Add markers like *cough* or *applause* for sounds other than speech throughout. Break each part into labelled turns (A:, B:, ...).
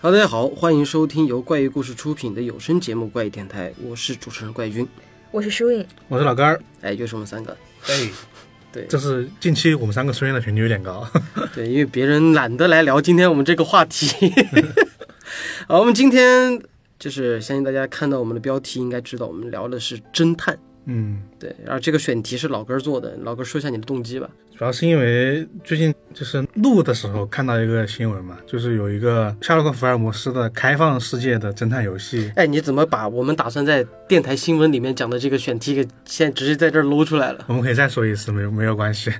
A: 哈喽，大家好，欢迎收听由怪异故事出品的有声节目《怪异电台》，我是主持人怪君。
B: 我是舒颖，
C: 我是老根儿，
A: 哎，又是我们三个，
C: 哎，
A: 对
C: 这是近期我们三个出现的频率有点高，
A: 对，因为别人懒得来聊今天我们这个话题。好，我们今天就是相信大家看到我们的标题，应该知道我们聊的是侦探。
C: 嗯，
A: 对，然后这个选题是老根儿做的，老根儿说一下你的动机吧。
C: *laughs* 主要是因为最近就是录的时候看到一个新闻嘛，就是有一个夏洛克·福尔摩斯的开放世界的侦探游戏，
A: 哎，你怎么把我们打算在电台新闻里面讲的这个选题给现在直接在这儿搂出来了？
C: 我们可以再说一次，没有没有关系。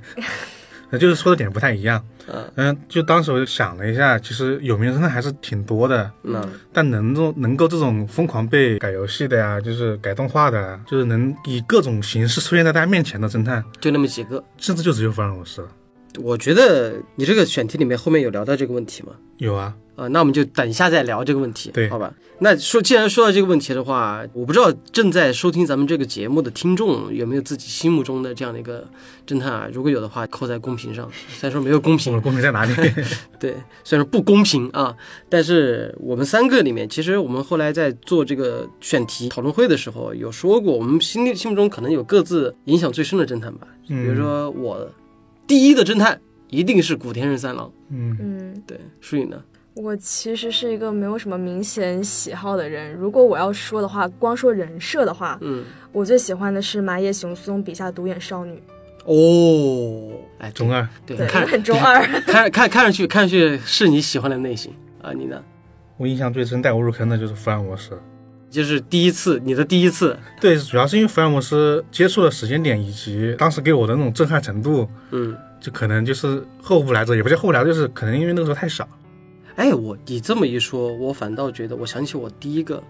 C: 那就是说的点不太一样，
A: 嗯
C: 嗯，就当时我就想了一下，其实有名的侦探还是挺多的，
A: 那
C: 但能够能够这种疯狂被改游戏的呀，就是改动画的呀，就是能以各种形式出现在大家面前的侦探，
A: 就那么几个。
C: 甚至就只有福尔摩斯了。
A: 我觉得你这个选题里面后面有聊到这个问题吗？
C: 有啊，
A: 啊，那我们就等一下再聊这个问题，
C: 对
A: 好吧？那说，既然说到这个问题的话，我不知道正在收听咱们这个节目的听众有没有自己心目中的这样的一个侦探啊？如果有的话，扣在公屏上。虽然说没有公
C: 我
A: 屏，
C: 们公平在哪里？
A: *laughs*
C: *laughs*
A: 对，虽然说不公平啊，但是我们三个里面，其实我们后来在做这个选题讨论会的时候，有说过，我们心里心目中可能有各自影响最深的侦探吧。
C: 嗯
A: 比如说我第一的侦探一定是古田任三郎，
C: 嗯，
B: 嗯，
A: 对，舒颖呢？
B: 我其实是一个没有什么明显喜好的人。如果我要说的话，光说人设的话，
A: 嗯。
B: 我最喜欢的是麻叶雄松笔下独眼少女，
A: 哦，哎，
C: 中二，
A: 对，
B: 对，
A: 看
B: 很中二。
A: 看看看上去看上去是你喜欢的类型啊，你呢？
C: 我印象最深带我入坑的就是福尔摩斯。
A: 就是第一次，你的第一次，
C: 对，主要是因为福尔摩斯接触的时间点以及当时给我的那种震撼程度，
A: 嗯，
C: 就可能就是后无来者，也不叫后无来者，就是可能因为那个时候太少。
A: 哎，我你这么一说，我反倒觉得我想起我第一个，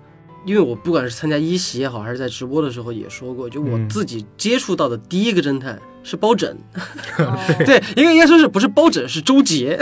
A: 因为我不管是参加一席也好，还是在直播的时候也说过，就我
C: 嗯
A: 自己接触到的第一个侦探是包拯，
B: 哦
A: 对，应该应该说是不是包拯是周杰，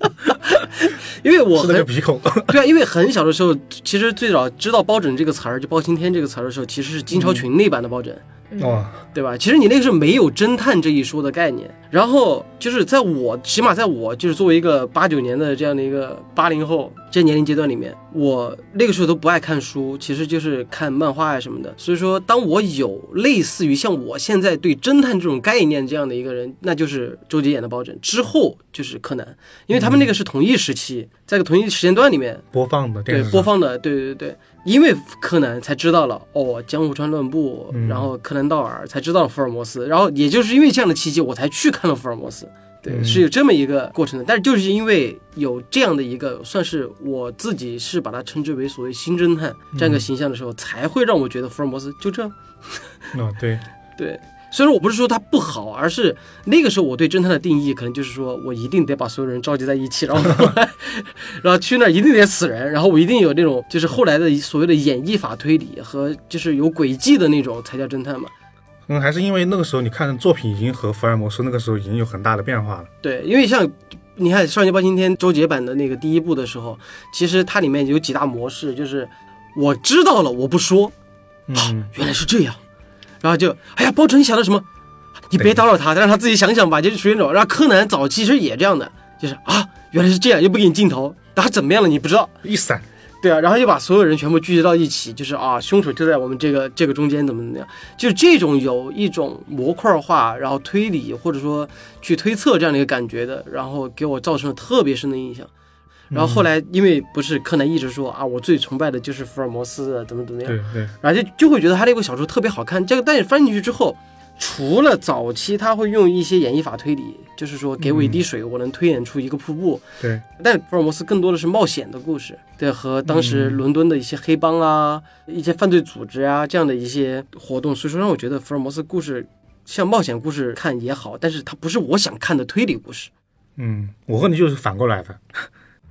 A: *laughs* 因为我
C: 是那
A: 很
C: 个鼻孔，
A: 对啊，因为很小的时候，其实最早知道“包拯”这个词儿，就包青天这个词儿的时候，其实是金超群那版的包拯，
C: *laughs* 哇，
A: 对吧？其实你那个是没有侦探这一说的概念。然后就是在我，起码在我就是作为一个八九年的这样的一个八零后这年龄阶段里面，我那个时候都不爱看书，其实就是看漫画啊呀什么的。所以说，当我有类似于像我现在对侦探这种概念这样的一个人，那就是周杰演的包拯，之后就是柯南，因为他们那个是同一时期，在个同一时间段里面，
C: 播放的电
A: 对
C: 视上
A: 播放的，对对对，因为柯南才知道了哦，江户川乱步，
C: 嗯
A: 然后柯南道尔才知道了福尔摩斯，然后也就是因为这样的契机，我才去看了福尔摩斯。对，
C: 嗯
A: 是有这么一个过程的，但是就是因为有这样的一个，算是我自己是把它称之为所谓新侦探这
C: 嗯
A: 样一个形象的时候，才会让我觉得福尔摩斯就这样。
C: 哦，对，
A: 对，虽然我不是说它不好，而是那个时候我对侦探的定义可能就是说我一定得把所有人召集在一起，然后然后去那儿一定得死人，然后我一定有那种就是后来的所谓的演绎法推理和就是有轨迹的那种才叫侦探嘛。
C: 嗯，还是因为那个时候你看的作品已经和福尔摩斯那个时候已经有很大的变化了。
A: 对，因为像你看《少年包青天》周杰版的那个第一部的时候，其实它里面有几大模式，就是我知道了我不说，
C: 嗯，
A: 原来是这样，然后就哎呀，包拯你想到什么？你别打扰他，让他自己想想吧，就是属于那种。然后柯南早期其实也这样的，就是啊，原来是这样，又不给你镜头，然后怎么样了你不知道，
C: 一闪，
A: 对啊，然后又把所有人全部聚集到一起，就是啊，凶手就在我们这个这个中间，怎么怎么样，就这种有一种模块化，然后推理或者说去推测这样的一个感觉的，然后给我造成了特别深的印象。然后后来因为不是柯南一直说啊，我最崇拜的就是福尔摩斯，啊怎么怎么样，
C: 对对，
A: 然后就就会觉得他这部小说特别好看。这个但是翻进去之后，除了早期他会用一些演绎法推理，就是说给我一
C: 嗯
A: 滴水，我能推演出一个瀑布。
C: 对，
A: 但福尔摩斯更多的是冒险的故事，对，和当
C: 嗯
A: 时伦敦的一些黑帮啊、一些犯罪组织啊这样的一些活动，所以说让我觉得福尔摩斯故事像冒险故事看也好，但是它不是我想看的推理故事。
C: 嗯，我和你就是反过来的。 *laughs*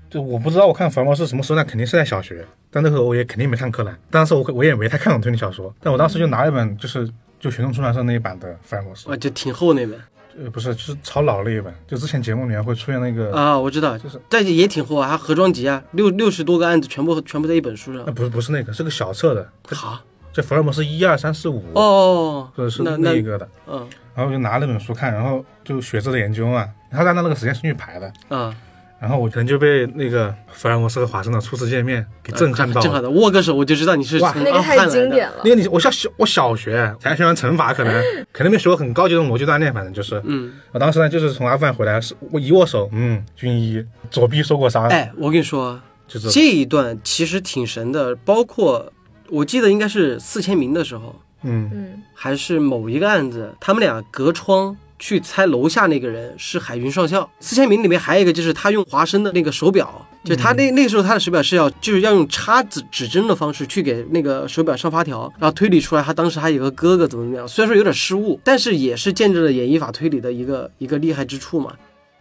C: 就我不知道我看福尔摩斯什么时候，那肯定是在小学，但那时候我也肯定没看柯南。当时我我也没太看懂推理小说，但我当时就拿一本就是就群众出版社那一版的福尔摩斯
A: 啊，，就挺厚那本
C: 呃，不是，就是超老那一本，就之前节目里面会出现那个，
A: 啊，我知道，
C: 嗯就是
A: 但是也挺厚啊，还盒装集啊，六六十多个案子全部全部在一本书上
C: 那。不是不是那个，是个小册的，
A: 好、
C: 叫福尔摩斯一二三四五，
A: 哦，
C: 是呃是
A: 那
C: 那一
A: 那
C: 个的。
A: 嗯
C: 然后我就拿那本书看，然后就学着的研究嘛，他按照那个时间顺序排的。
A: 啊
C: 然后我可能就被那个福尔摩斯和华生的初次见面
A: 啊
C: 给震撼到
A: 正好
C: 了。
A: 的握个手，我就知道你是
C: 哇
A: 从
B: 那个
A: 阿富汗
B: 太
A: 来
B: 经
A: 的
B: 典了
C: 那。个你，我小小我小学才学完乘法，可能可能没学过很高级的逻辑锻炼，反正就是，
A: 嗯，
C: 我当时呢就是从阿富汗回来，是我一握手，嗯，军医，左臂受过伤，
A: 哎，我跟你说，
C: 就是
A: 这一段其实挺神的，包括我记得应该是四千名的时候，
C: 嗯
B: 嗯，
A: 还是某一个案子，他们俩隔窗去猜楼下那个人是海云上校。四千名里面还有一个就是他用华生的那个手表，就是他那那个时候他的手表是要就是要用插指指针的方式去给那个手表上发条，然后推理出来他当时还有个哥哥怎么怎么样。虽然说有点失误，但是也是见证了演绎法推理的一个一个厉害之处嘛。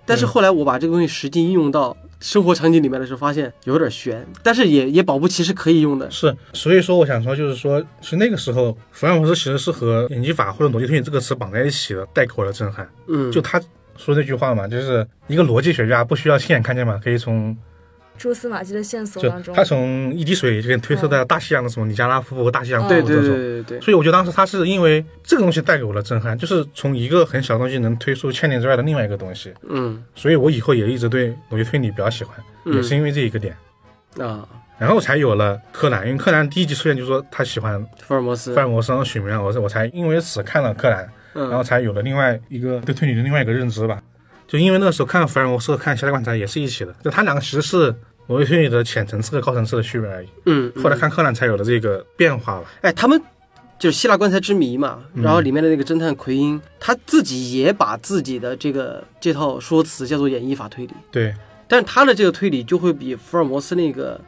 A: 但是后来我把这个东西实际应用到生活场景里面的时候，发现有点悬，但是也也保不齐是可以用的。
C: 是，所以说我想说，就是说，是那个时候，福尔摩斯其实是和演技法或者逻辑推理这个词绑在一起的，带给我的震撼。
A: 嗯，
C: 就他说那句话嘛，就是一个逻辑学家不需要亲眼看见嘛，可以从
B: 蛛丝马迹的线索
C: 就
B: 当中嗯
C: 他，从一滴水就给你推测到大西洋的什么尼加拉瀑布、大西洋瀑
A: 对
C: 布
A: 对
C: 这
A: 对
C: 种。
A: 对对，
C: 所以我觉得当时他是因为这个东西带给我的震撼，就是从一个很小的东西能推出千里之外的另外一个东西，
A: 嗯
C: 所以我以后也一直对逻辑推理比较喜欢，也是因为这一个点，
A: 啊，
C: 然后才有了柯南。因为柯南第一集出现就说他喜欢
A: 福尔摩斯
C: 福，尔摩斯和许明亮，我是我才因为此看了柯南，
A: 嗯
C: 然后才有了另外一个对推理的另外一个认知吧。就因为那个时候看福尔摩斯和看《侠盗观察》也是一起的，就他两个其实是我对推理的浅层次和高层次的区别而已。
A: 嗯，嗯
C: 后来看，柯南才有了这个变化吧。
A: 哎，他们就是希腊棺材之谜嘛，然后里面的那个侦探奎因，他自己也把自己的这个这套说辞叫做演绎法推理，
C: 对，
A: 但是他的这个推理就会比福尔摩斯那个，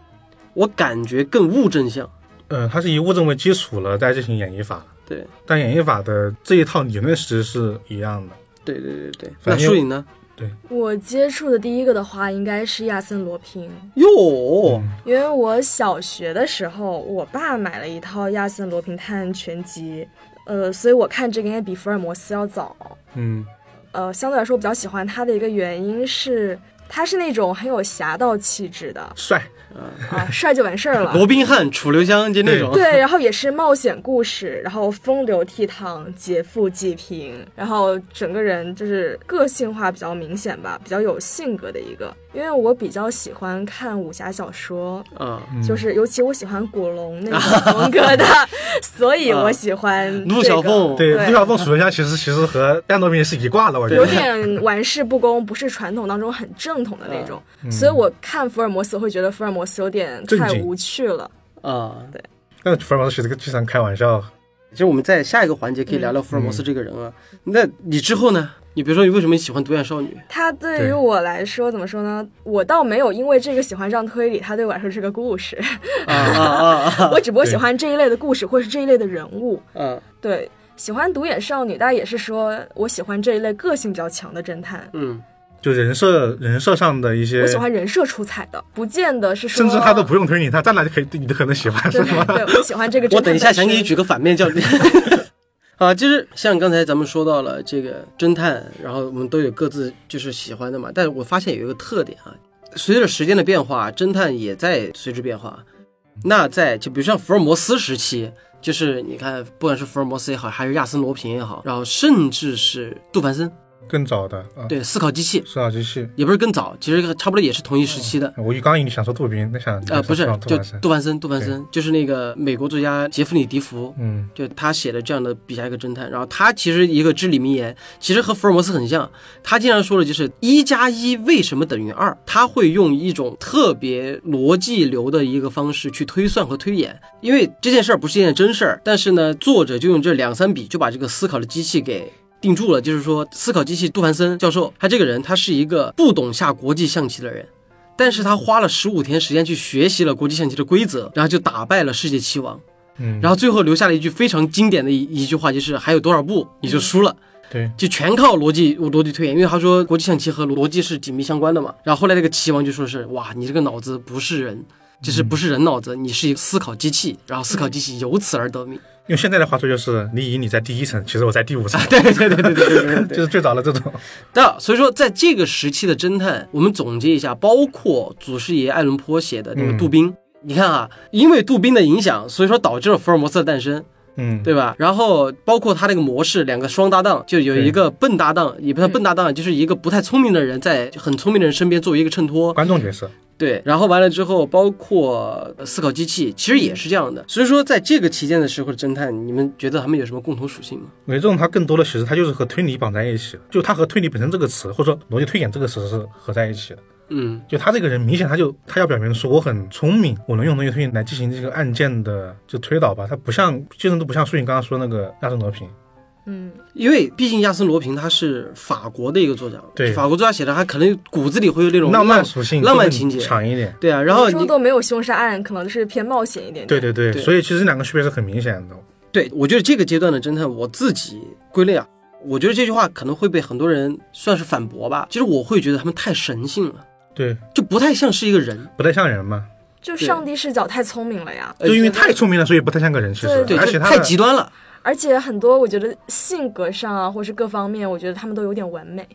A: 我感觉更物证向，
C: 嗯、他是以物证为基础了，再进行演绎法。
A: 对，
C: 但演绎法的这一套理论其实是一样的。
A: 对对对对。那
C: 反正
A: 树影呢？
B: 我接触的第一个的话，应该是亚森罗平，
A: 哟，
B: 因为我小学的时候，我爸买了一套亚森罗平探案全集，呃，所以我看这个应该比福尔摩斯要早。
C: 嗯，
B: 呃，相对来说我比较喜欢他的一个原因是，他是那种很有侠盗气质的
C: 帅，
B: 啊，帅就完事儿了。
A: 罗宾汉、楚留香就那种，
B: 对，然后也是冒险故事，然后风流倜傥，劫富济贫，然后整个人就是个性化比较明显吧，比较有性格的一个。因为我比较喜欢看武侠小说，
A: 啊，
B: 就是尤其我喜欢古龙
A: *laughs*
B: 那种风格的，所以我喜欢、这个、
A: 啊陆小凤，
C: 对，
B: 对
C: 陆小凤、楚留香其实其实和亚诺宾是一挂的，我觉
B: 有
C: 得。
B: 点玩世不恭，不是传统当中很正统的那种，
C: 嗯
B: 所以我看福尔摩斯会觉得福尔摩斯有点
C: 正
B: 太
C: 经
B: 无趣了。
A: 啊，
C: 但福尔摩斯其实经常开玩笑，
A: 其实我们在下一个环节可以聊聊福尔摩斯这个人啊。那你之后呢？你比如说，你为什么喜欢独眼少女？
B: 它对于
C: 对
B: 我来说怎么说呢？我倒没有因为这个喜欢上推理，它对我来说是个故
C: *laughs*
B: 事，
A: 啊啊啊
B: 我只不过喜
C: 对
B: 欢这一类的故事或是这一类的人物。
A: 啊！
B: 对，喜欢独眼少女，大家也是说我喜欢这一类个性比较强的侦探，
A: 嗯，
C: 就人设人设上的一些
B: 我，喜欢人设出彩的，不见得是说
C: 甚至他都不用推理，他站那就可以，你都可能喜欢，是
B: *laughs* 对
C: 吗？
B: 对，我喜欢这个侦探。
A: 我等一下想给你举。个反面教例。 *laughs* 啊，就是像刚才咱们说到了这个侦探，然后我们都有各自就是喜欢的嘛。但是我发现有一个特点啊，随着时间的变化，侦探也在随之变化。那在就比如像福尔摩斯时期，就是你看，不管是福尔摩斯也好，还是亚森罗平也好，然后甚至是杜凡森，
C: 更早的啊，
A: 对，思考机器
C: 是啊，机器。
A: 也不是更早，其实差不多也是同一时期的。
C: 我一刚一想说杜宾，那想
A: 呃，不是
C: 想，
A: 就
C: 杜是
A: *laughs* 杜凡森，杜凡森就是那个美国作家杰弗里·迪福，
C: 嗯，
A: 就他写的这样的笔下一个侦探。然后他其实一个至理名言，其实和福尔摩斯很像。他经常说的就是一加一为什么等于二？他会用一种特别逻辑流的一个方式去推算和推演，因为这件事儿不是一件真事儿，但是呢，作者就用这两三笔就把这个思考的机器给。定住了，就是说，思考机器杜凡森教授，他这个人，他是一个不懂下国际象棋的人，但是他花了十五天时间去学习了国际象棋的规则，然后就打败了世界棋王。
C: 嗯
A: 然后最后留下了一句非常经典的一一句话，就是还有多少步你就输了。
C: 对，
A: 就全靠逻辑逻辑推演，因为他说国际象棋和逻辑是紧密相关的嘛。然后后来那个棋王就说是哇，你这个脑子不是人，就是不是人脑子，你是一个思考机器，然后思考机器由此而得名。 *laughs*
C: 用现在的话说就是，你以你在第一层，其实我在第
A: *laughs*
C: 五层，
A: 对对对对对对对
C: 就
A: 对。
C: 是最早的这种。
A: 那所以说，在这个时期的侦探，我们总结一下，包括祖师爷爱伦坡写的那个
C: 嗯
A: 杜宾。你看啊，因为杜宾的影响，所以说导致了福尔摩斯的诞生。
C: 嗯，
A: 对吧？然后包括他那个模式，两个双搭档，就有一个笨搭档，也不算笨搭档，就是一个不太聪明的人在很聪明的人身边作为一个衬托。
C: 观众角色，
A: 对，然后完了之后，包括呃思考机器，其实也是这样的。所以说，在这个期间的时候的侦探，你们觉得他们有什么共同属性吗？
C: 我觉得这种它更多的其实它就是和推理绑在一起的，就它和推理本身这个词，或者说逻辑推演这个词是合在一起的。
A: 嗯，
C: 就他这个人明显他就他要表明说我很聪明，我能用逻辑推演来进行这个案件的就推导吧。他不像，精神都不像舒颖刚刚说那个亚瑟罗平，
B: 嗯，
A: 因为毕竟亚森罗平他是法国的一个作家，
C: 对
A: 法国作家写的，他可能骨子里会有那种
C: 浪漫属性
A: 浪漫
C: 更
A: 情节
C: 强一点。
A: 对啊，然后
B: 说
A: 你
B: 都没有凶杀案，可能就是偏冒险一点点。
C: 对对对，
A: 对
C: 所以其实两个区别是很明显的。
A: 对我觉得这个阶段的侦探，我自己归类啊，我觉得这句话可能会被很多人算是反驳吧。其实我会觉得他们太神性了，
C: 对，
A: 就不太像是一个人。
C: 不太像人嘛，
B: 就上帝视角太聪明了呀，
A: 呃
C: 就因为太聪明了，所以不太像个人。其实
B: 对，
A: 对，
C: 而
A: 就
C: 且他
A: 太
C: 的
A: 极端了。
B: 而且很多我觉得性格上啊，或是各方面，我觉得他们都有点完美。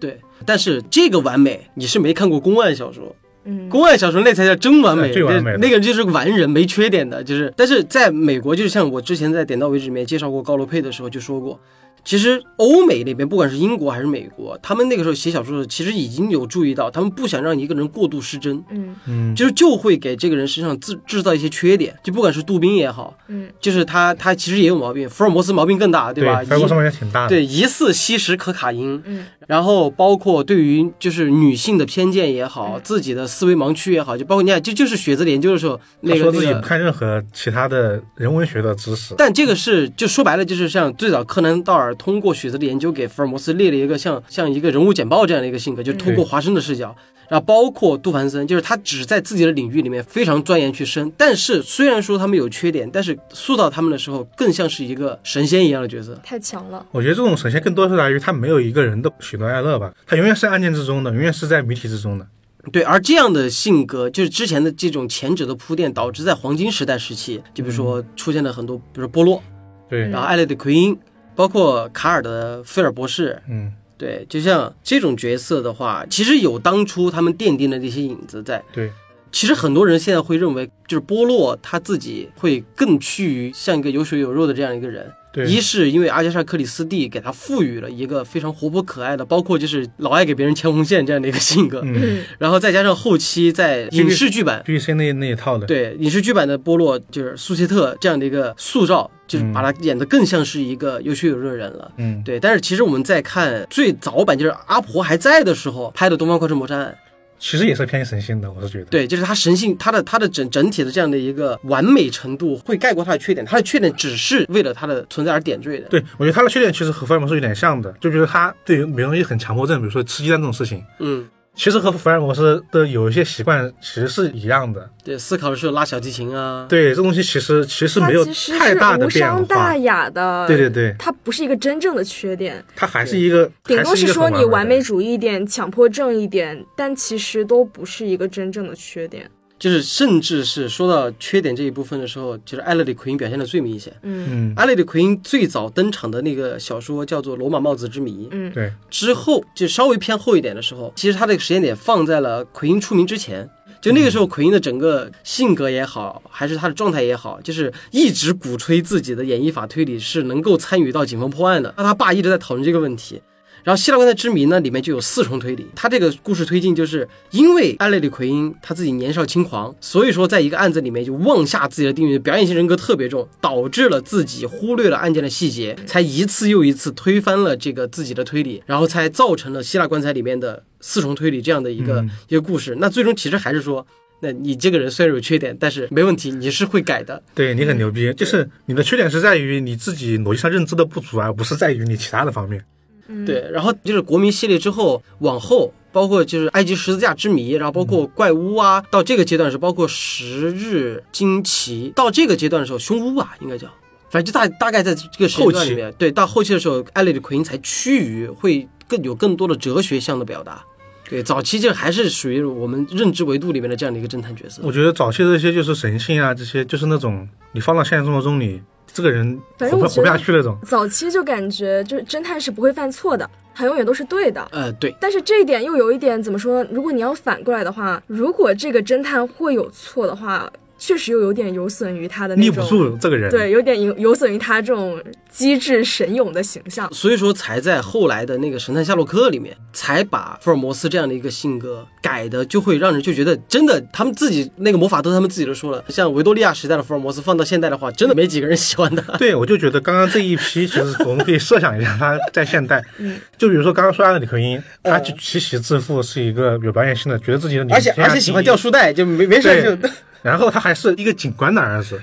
A: 对，但是这个完美，你是没看过公案小说，
B: 嗯，
A: 公案小说那才叫真完美，
C: 对最完美的
A: 那那个就是个完人，没缺点的。就是，但是在美国，就是像我之前在《点到为止》里面介绍过高罗佩的时候就说过，其实欧美那边不管是英国还是美国，他们那个时候写小说的时候，其实已经有注意到，他们不想让一个人过度失真，
B: 嗯
C: 嗯，
A: 就是就会给这个人身上制制造一些缺点，就不管是杜宾也好，
B: 嗯，
A: 就是他他其实也有毛病，福尔摩斯毛病更大，
C: 对
A: 吧？
C: 法国
A: 疑
C: 上面也挺大的。
A: 对疑似吸食可卡因，
B: 嗯，
A: 然后包括对于就是女性的偏见也好，自己的思维盲区也好，就包括你看，这就是学子研究的时候那
C: 他
A: 个
C: 说自
A: 那
C: 己不
A: 个。
C: 看任何其他的人文学的知识，
A: 但这个是就说白了，就是像最早柯南道尔通过雪子的研究给福尔摩斯列了一个像像一个人物简报这样的一个性格，就是通过华生的视角，然后包括杜凡森，就是他只在自己的领域里面非常钻研去深。但是虽然说他们有缺点，但是塑造他们的时候更像是一个神仙一样的角色。
B: 太强了。
C: 我觉得这种呈现更多是来于他没有一个人的喜怒哀乐吧，他永远是案件之中的，永远是在谜题之中的。
A: 对，而这样的性格，就是之前的这种前者的铺垫，导致在黄金时代时期，就比如说出现了很多，比如说波洛，
C: 对，
B: 嗯
A: 然后艾略特奎因，包括卡尔的菲尔博士，
C: 嗯，
A: 对，就像这种角色的话，其实有当初他们奠定的那些影子在。
C: 对，
A: 其实很多人现在会认为，就是波洛他自己会更趋于像一个有血有肉的这样一个人，
C: 对，
A: 一是因为阿加莎·克里斯蒂给他赋予了一个非常活泼可爱的，包括就是老爱给别人牵红线这样的一个性格，
C: 嗯，
A: 然后再加上后期在影视剧版，
C: B C 那那一套的，
A: 对影视剧版的波洛就是苏切特这样的一个塑造，就是把他演得更像是一个有血有肉的人了。
C: 嗯，
A: 对，但是其实我们在看最早版，就是阿婆还在的时候拍的《东方快车谋杀案》，
C: 其实也是偏神性的，我是觉得。
A: 对，就是他神性，他的他的整整体的这样的一个完美程度会盖过他的缺点，他的缺点只是为了他的存在而点缀的。
C: 对，我觉得他的缺点其实和福尔摩斯有点像的，就比如他对于美容仪很强迫症，比如说吃鸡蛋这种事情，
A: 嗯，
C: 其实和福尔摩斯的有一些习惯其实是一样的。
A: 对，思考的时候拉小提琴啊，
C: 对，这东西其实其实
B: 他
C: 没有
B: 其实
C: 太大
B: 是
C: 的
B: 无
C: 变
B: 伤
C: 化
B: 大。雅的，
C: 对对对，
B: 它不是一个真正的缺点，
C: 他还是一个，
B: 顶多
C: 还是一个
B: 说
C: 很
B: 你完
C: 的
B: 美
C: 人
B: 主义一点、强迫症一点，但其实都不是一个真正的缺点。
A: 就是甚至是说到缺点这一部分的时候，就是艾勒里奎因表现的最明显。
B: 嗯
C: 嗯，
A: 艾略特·奎因最早登场的那个小说叫做《罗马帽子之谜》，
B: 嗯
C: 对，
A: 之后就稍微偏后一点的时候，其实他这个时间点放在了奎因出名之前。就那个时候，奎因的整个性格也好，还是他的状态也好，就是一直鼓吹自己的演绎法推理是能够参与到警方破案的。那他爸一直在讨论这个问题。然后《希腊棺材之谜》呢，里面就有四重推理。他这个故事推进就是因为艾略里奎因他自己年少轻狂，所以说在一个案子里面就妄下自己的定义，表演型人格特别重，导致了自己忽略了案件的细节，才一次又一次推翻了这个自己的推理，然后才造成了《希腊棺材》里面的四重推理这样的一个、
C: 嗯
A: 一个故事。那最终其实还是说。那你这个人虽然有缺点，但是没问题，你是会改的。
C: 对你很牛逼，就是你的缺点是在于你自己逻辑上认知的不足，啊而不是在于你其他的方面。
B: 嗯，
A: 对，然后就是国民系列之后，往后包括就是埃及十字架之谜，然后包括怪屋啊，到这个阶段是包括十日惊奇，到这个阶段的时候，凶屋吧应该叫，反正就大大概在这个时间段里面，对，到后期的时候，艾略特·奎因才趋于会更有更多的哲学向的表达。对，早期就还是属于我们认知维度里面的这样的一个侦探角色。
C: 我觉得早期的这些就是神性啊，这些就是那种你放到现实生活中你这个人
B: 反正
C: 活不
B: 我
C: 活不
B: 觉
C: 下
B: 得
C: 去那种。
B: 早期就感觉就是侦探是不会犯错的，他永远都是对的。
A: 呃，对，
B: 但是这一点又有一点怎么说？如果你要反过来的话，如果这个侦探会有错的话，确实又有点有损于他的那
C: 立不
B: 种，
C: 住这个人。
B: 对，有点有有损于他这种机智神勇的形象。
A: 所以说才在后来的那个《神探夏洛克》里面，才把福尔摩斯这样的一个性格改的，就会让人就觉得真的，他们自己那个魔法都他们自己都说了，像维多利亚时代的福尔摩斯放到现代的话，真的没几个人喜欢他。
C: 对，我就觉得刚刚这一批，其实我们可以设想一下，他在现代，
A: 嗯
C: 就比如说刚刚说阿德里克因，他就奇袭致富是一个有表演性的，觉得自己的啊女
A: *laughs* 而且而且喜欢掉，书袋，就没 *laughs* 没事
C: 对
A: 就，
C: 然后他还是一个警官的儿子。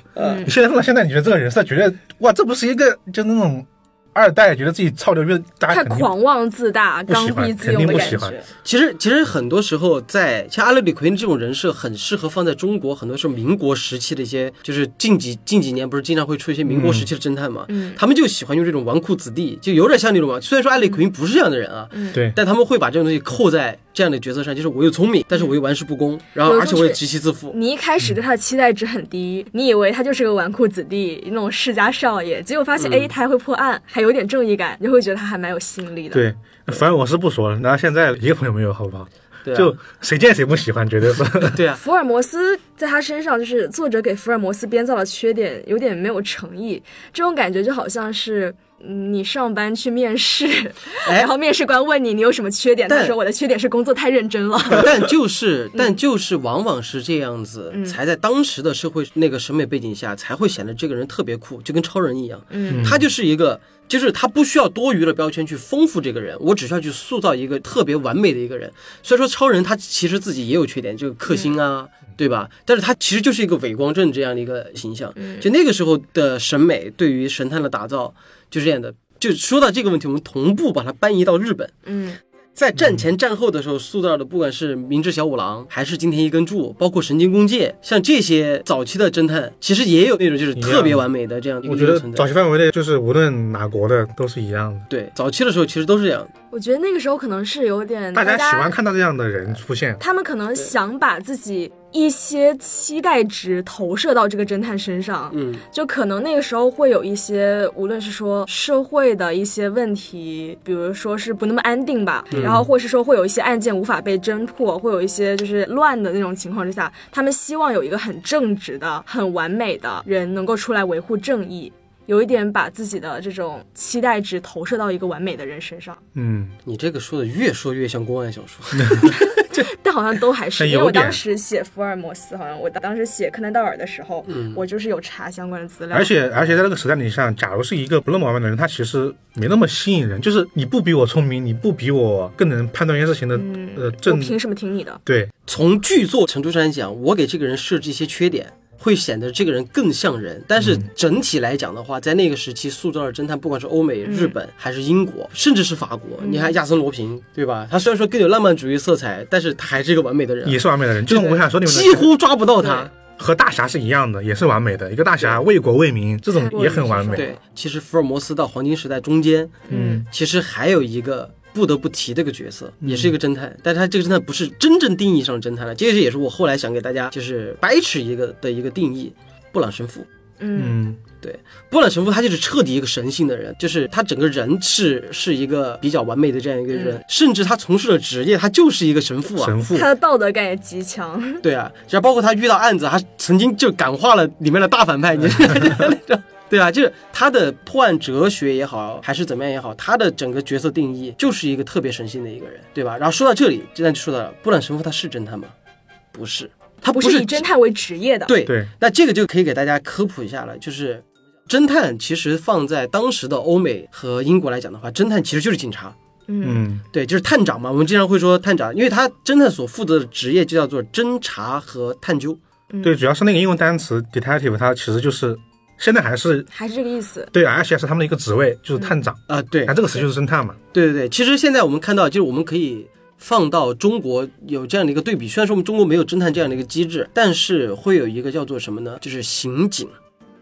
C: 你现在放到现在，你觉得这个人设，觉得哇，这不是一个就那种二代，觉得自己操牛逼，大家
B: 太
C: 肯定
B: 狂妄自大、
C: 不
B: 刚
C: 喜欢
B: 愎自用的
C: 肯定不
B: 感
A: *laughs*
C: 喜欢
B: 觉，
A: 其实，其实很多时候在像阿勒里奎因这种人设，很适合放在中国，很多是民国时期的一些，就是近几近几年不是经常会出一些民国时期的侦探嘛，
B: 嗯
A: 他们就喜欢用这种纨绔子弟，就有点像那种嘛。虽然说阿勒里奎因不是这样的人啊，
C: 对
A: 但他们会把这种东西扣在这样的角色上，就是我又聪明，但是我又玩世不恭，然后
B: 有一
A: 而
B: 种
A: 且我也
B: 是
A: 极其自负。
B: 你一开
C: 嗯
B: 始对他的期待值很低，你以为他就是个纨绔子弟，那种世家少爷，结果发
C: 嗯
B: 现哎、他还会破案，还有点正义感，你会觉得他还蛮有吸引力的。，
C: 对，反正我是不说了。然后现在一个朋友没有，好不好？
A: 对、啊，
C: 就谁见谁不喜欢，绝对是。
A: 对啊，
B: 福尔摩斯在他身上，就是作者给福尔摩斯编造的缺点，有点没有诚意，这种感觉就好像是。嗯你上班去面试，
A: 哎
B: 然后面试官问你你有什么缺点，他
A: 但
B: 说我的缺点是工作太认真了。
C: *laughs*
A: 但就是但就是往往是这样子，才在当时的社会那个审美背景下，才会显得这个人特别酷，就跟超人一样。嗯，他就是一个，就是他不需要多余的标签去丰富这个人，我只需要去塑造一个特别完美的一个人。虽然说超人他其实自己也有缺点，就是克星啊，对吧？但是他其实就是一个伪光正这样的一个形象。就那个时候的审美对于神探的打造就是这样的。就说到这个问题，我们同步把它搬移到日本。
B: 嗯，
A: 在战前战后的时候塑造的，不管是明智小五郎，还是金田一根柱，包括神经弓介，像这些早期的侦探，其实也有那种就是
C: 一样
A: 特别完美的这样一
C: 我
A: 个
C: 觉
A: 一
C: 得
A: 个存
C: 早
A: 在。嗯
C: 期范围内，就是无论哪国的都是一样的，
A: 对，早期的时候其实都是这样。
B: 我觉得那个时候可能是有点
C: 大家喜欢看到这样的人出现。
B: 他们可能想把自己一些期待值投射到这个侦探身上，
A: 嗯，
B: 就可能那个时候会有一些，无论是说社会的一些问题，比如说是不那么安定吧，
C: 嗯
B: 然后或是说会有一些案件无法被侦破，会有一些就是乱的那种情况之下，他们希望有一个很正直的、很完美的人能够出来维护正义。有一点把自己的这种期待值投射到一个完美的人身上，
C: 嗯，
A: 你这个说的越说越像公安小说。
B: 但好像都还是，
C: 但
B: 因为
C: 有
B: 我当
C: 点
B: 时写福尔摩斯，好像我当时写柯南道尔的时候，我就是有查相关的资料，
C: 而且而且在那个时代，你想，假如是一个不那么完美的人，他其实没那么吸引人。就是你不比我聪明，你不比我更能判断一些事情的，呃，
B: 我
C: 正
B: 凭什么听你的？
C: 对，
A: 从剧作程度上来讲，我给这个人设置一些缺点，会显得这个人更像人。但是整体来讲的话，在那个时期塑造的侦探，不管是欧美、日本还是英国，甚至是法国，你看亚森罗平，对吧？他虽然说更有浪漫主义色彩，但是他还是一个完美的人
C: 也，是完美的人。就是我想说，你们的
A: 几乎抓不到他。
C: 和大侠是一样的，也是完美的。一个大侠为国为民，这种也很完美。
A: 对，其实福尔摩斯到黄金时代中间，
C: 嗯，
A: 其实还有一个不得不提的一个角色，也是一个侦探，但是他这个侦探不是真正定义上的侦探了，这个也是我后来想给大家就是掰扯一个的一个定义，布朗神父。
B: 嗯
C: 嗯，
A: 波兰神父他就是彻底一个神性的人，就是他整个人是是一个比较完美的这样一个人，甚至他从事的职业他就是一个神父啊，
C: 嗯神父
B: 他的道德感也极强，
A: 对啊，然后包括他遇到案子，他曾经就感化了里面的大反派，你知道就是那种。对啊，就是他的破案哲学也好，还是怎么样也好，他的整个角色定义就是一个特别神性的一个人，对吧？然后说到这里，现在就说到了波兰神父他是侦探吗？不是，他
B: 不
A: 是
B: 是以侦探为职业的。，
A: 对
C: 对，
A: 那这个就可以给大家科普一下了，就是侦探其实放在当时的欧美和英国来讲的话，侦探其实就是警察，
B: 嗯
C: 嗯，
A: 对，就是探长嘛。我们经常会说探长，因为他侦探所负责的职业就叫做侦查和探究。
C: 嗯对，主要是那个英文单词 detective，它其实就是现在还是
B: 还是这个意思。
C: 对，而且是他们的一个职位，就是探长。
A: 啊、对
C: 啊，，这个词就是侦探嘛。
A: 对对对，其实现在我们看到，就是我们可以放到中国有这样的一个对比。虽然说我们中国没有侦探这样的一个机制，但是会有一个叫做什么呢？就是刑警。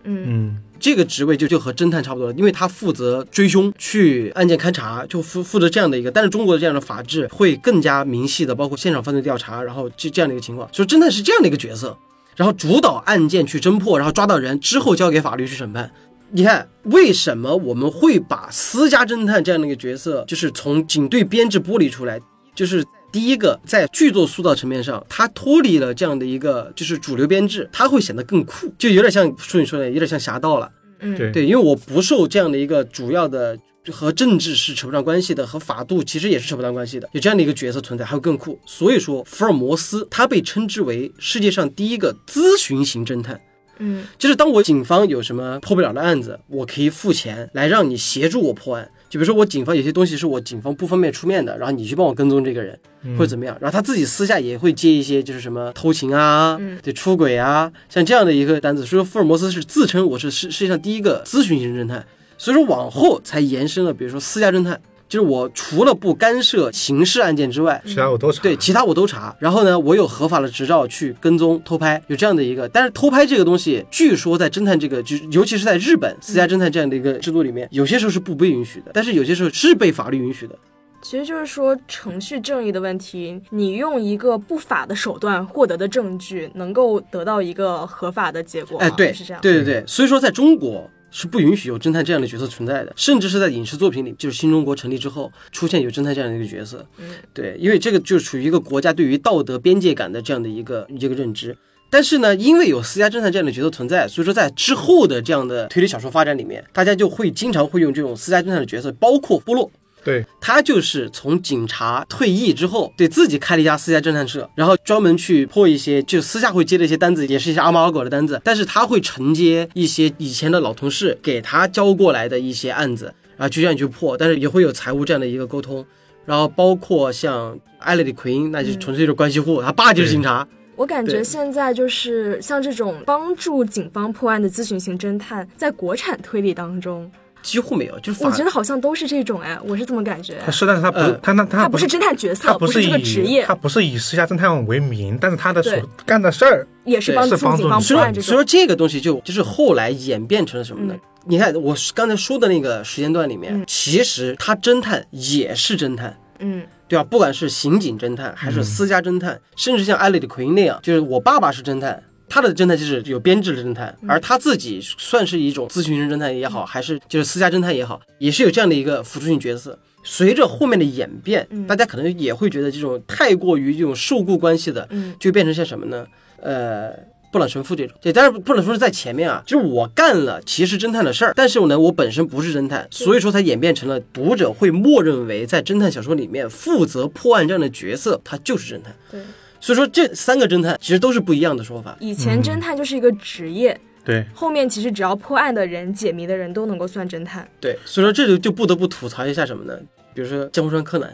B: 嗯
C: 嗯，
A: 这个职位就就和侦探差不多了，因为他负责追凶、去案件勘查，就负负责这样的一个。但是中国的这样的法制会更加明细的，包括现场犯罪调查，然后这这样的一个情况，所以侦探是这样的一个角色，然后主导案件去侦破，然后抓到人之后交给法律去审判。你看，为什么我们会把私家侦探这样的一个角色，就是从警队编制剥离出来？就是第一个，在剧作塑造层面上，它脱离了这样的一个就是主流编制，它会显得更酷，就有点像说你说的，有点像侠盗了。
B: 嗯，
C: 对
A: 对，因为我不受这样的一个主要的和政治是扯不上关系的，和法度其实也是扯不上关系的，有这样的一个角色存在，还会更酷。所以说，福尔摩斯他被称之为世界上第一个咨询型侦探。
B: 嗯
A: 就是当我警方有什么破不了的案子，我可以付钱来让你协助我破案。就比如说我警方有些东西是我警方不方便出面的，然后你去帮我跟踪这个人，或者怎么样。然后他自己私下也会接一些就是什么偷情啊、对出轨啊，像这样的一个单子。所以说福尔摩斯是自称我是世世界上第一个咨询型侦探，所以说往后才延伸了，比如说私家侦探，就是我除了不干涉刑事案件之外，
C: 其他我都查。
A: 对，其他我都查。然后呢，我有合法的执照去跟踪偷拍，有这样的一个。但是偷拍这个东西，据说在侦探这个，就尤其是在日本私家侦探这样的一个制度里面，有些时候是不被允许的，但是有些时候是被法律允许的。
B: 其实就是说程序正义的问题，你用一个不法的手段获得的证据，能够得到一个合法的结果吗。
A: 哎，对，
B: 啊是这样。
A: 对对对，所以说在中国。是不允许有侦探这样的角色存在的，甚至是在影视作品里，就是新中国成立之后出现有侦探这样的一个角色，
B: 嗯
A: 对，因为这个就处于一个国家对于道德边界感的这样的一个一个认知。但是呢，因为有私家侦探这样的角色存在，所以说在之后的这样的推理小说发展里面，大家就会经常会用这种私家侦探的角色，包括波洛，
C: 对，
A: 他就是从警察退役之后，对自己开了一家私家侦探社，然后专门去破一些就私下会接的一些单子，也是一些阿猫阿狗的单子，但是他会承接一些以前的老同事给他交过来的一些案子，啊，就这样去破，但是也会有财务这样的一个沟通，然后包括像艾丽丽奎因，那就纯粹就是关系户，他爸就是警察，
B: 我感觉
A: 对
B: 现在就是像这种帮助警方破案的咨询型侦探，在国产推理当中，
A: 几乎没有，就是
B: 我
A: 法
B: 觉得好像都是这种哎，我是这么感觉。
C: 他是，但是他不是，
A: 呃
C: 他那他
B: 他不是侦探角色，
C: 他
B: 不
C: 不是
B: 这个
C: 以
B: 职业
C: 他，不是以私家侦探为名，但是他的所
B: 对
C: 干的事儿，
B: 也是
A: 对
B: 帮助
C: 是帮
B: 警
C: 助
B: 方破
C: 你
A: 所以说，
B: 案这
A: 所以
B: 种。
A: 说这个东西就就是后来演变成了什么呢？
B: 嗯
A: 你看我刚才说的那个时间段里面，
B: 嗯
A: 其实他侦探也是侦探。
B: 嗯
A: 对吧？不管是刑警侦探，还是私家侦探，甚至像艾丽的奎因那样，就是我爸爸是侦探，他的侦探就是有编制的侦探，
B: 嗯
A: 而他自己算是一种咨询型侦探也好，还是就是私家侦探也好，也是有这样的一个辅助性角色。随着后面的演变，
B: 嗯
A: 大家可能也会觉得这种太过于这种受雇关系的，
B: 嗯
A: 就变成像什么呢？呃。布朗神父这种，对，但是布朗神父是在前面啊，就是我干了其实侦探的事儿，但是呢，我本身不是侦探，所以说才演变成了读者会默认为在侦探小说里面负责破案这样的角色，他就是侦探。
B: 对，
A: 所以说这三个侦探其实都是不一样的说法。
B: 以前
C: 嗯
B: 侦探就是一个职业，
C: 对，
B: 后面其实只要破案的人、解谜的人都能够算侦探。
A: 对，所以说这就就不得不吐槽一下什么呢？比如说江户川柯南。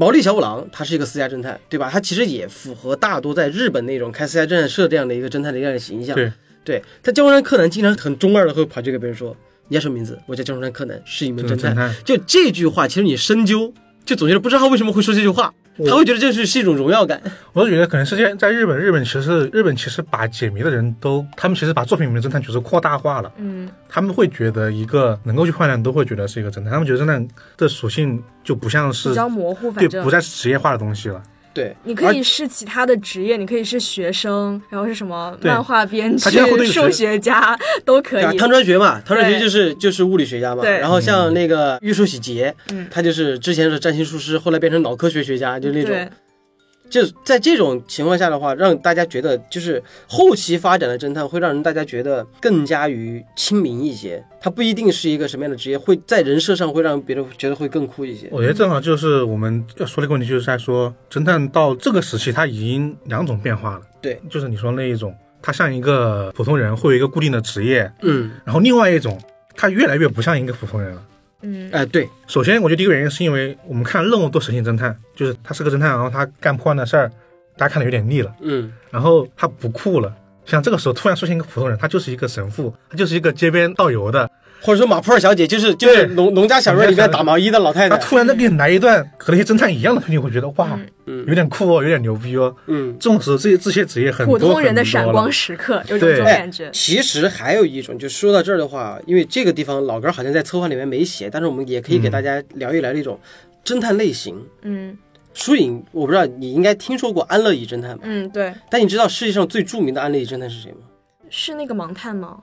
A: 毛利小五郎他是一个私家侦探，对吧？他其实也符合大多在日本那种开私家侦探社这样的一个侦探的这样的形象。
C: 对，
A: 对他江户川柯南经常很中二的会跑去跟别人说：“你叫什么名字？我叫江户川柯南，是一名
C: 是
A: 侦
C: 侦探
A: 就这句话，其实你深究，就总觉得不知道他为什么会说这句话，他会觉得这是是一种荣耀感。
C: 我是觉得可能是在在日本，日本其实日本其实把解谜的人都，他们其实把作品里面的侦探角色扩大化了。
B: 嗯，
C: 他们会觉得一个能够去判断，都会觉得是一个侦探。他们觉得侦探的属性就不像是
B: 比较模糊，反
C: 对，
B: 正
C: 不再是职业化的东西了。
A: 对，
B: 你
A: 而
B: 可以是其他的职业，你可以是学生，然后是什么
C: 对
B: 漫画编
C: 他经常会
B: 剧、
C: 对
B: 数
C: 学
B: 学
C: *laughs*
B: 家都可
A: 对啊
B: 以。
A: 汤川学嘛，汤川学
B: 对
A: 就是就是物理学家嘛。
B: 对
A: 然后像那个玉树喜杰，
B: 嗯
A: 他就是之前是占星术师，后来变成脑科学学家，就那种
B: 对。，
A: 就在这种情况下的话，让大家觉得就是后期发展的侦探会让人大家觉得更加于亲民一些，他不一定是一个什么样的职业，会在人设上会让别人觉得会更酷一些。
C: 我觉得正好就是我们要说的一个问题，就是在说侦探到这个时期，它已经两种变化了。
A: 对，
C: 就是你说那一种，它像一个普通人，会有一个固定的职业；
A: 嗯，
C: 然后另外一种，它越来越不像一个普通人了。
B: 嗯
A: 哎、对，
C: 首先，我觉得第一个原因是因为我们看任务都神性侦探，就是他是个侦探，然后他干破案的事儿，大家看的有点腻了，
A: 嗯，
C: 然后他不酷了。像这个时候突然出现一个普通人，他就是一个神父，他就是一个街边导游的，
A: 或者说马普尔小姐就是就是
C: 对
A: 农农家小院里
C: 农家
A: 面
C: 小
A: 打毛衣的老太
C: 他
A: 太，
C: 突然再给你来一段和那些侦探一样的推理，会觉得哇，
A: 哎嗯
C: 有点酷哦，有点牛逼哦。
A: 嗯。
C: 这种时候，这些这些职业很多
B: 普通人的闪光
C: 很
B: 时刻，有种这
C: 对
B: 种感
C: *laughs*
B: 觉。
A: 其实还有一种，就说到这儿的话，因为这个地方老根儿好像在策划里面没写，但是我们也可以给大家聊一聊这种侦探类型。
B: 嗯
A: 疏影，我不知道你应该听说过安乐椅侦探吧？
B: 嗯，对，
A: 但你知道世界上最著名的安乐椅侦探是谁吗？
B: 是那个盲探吗？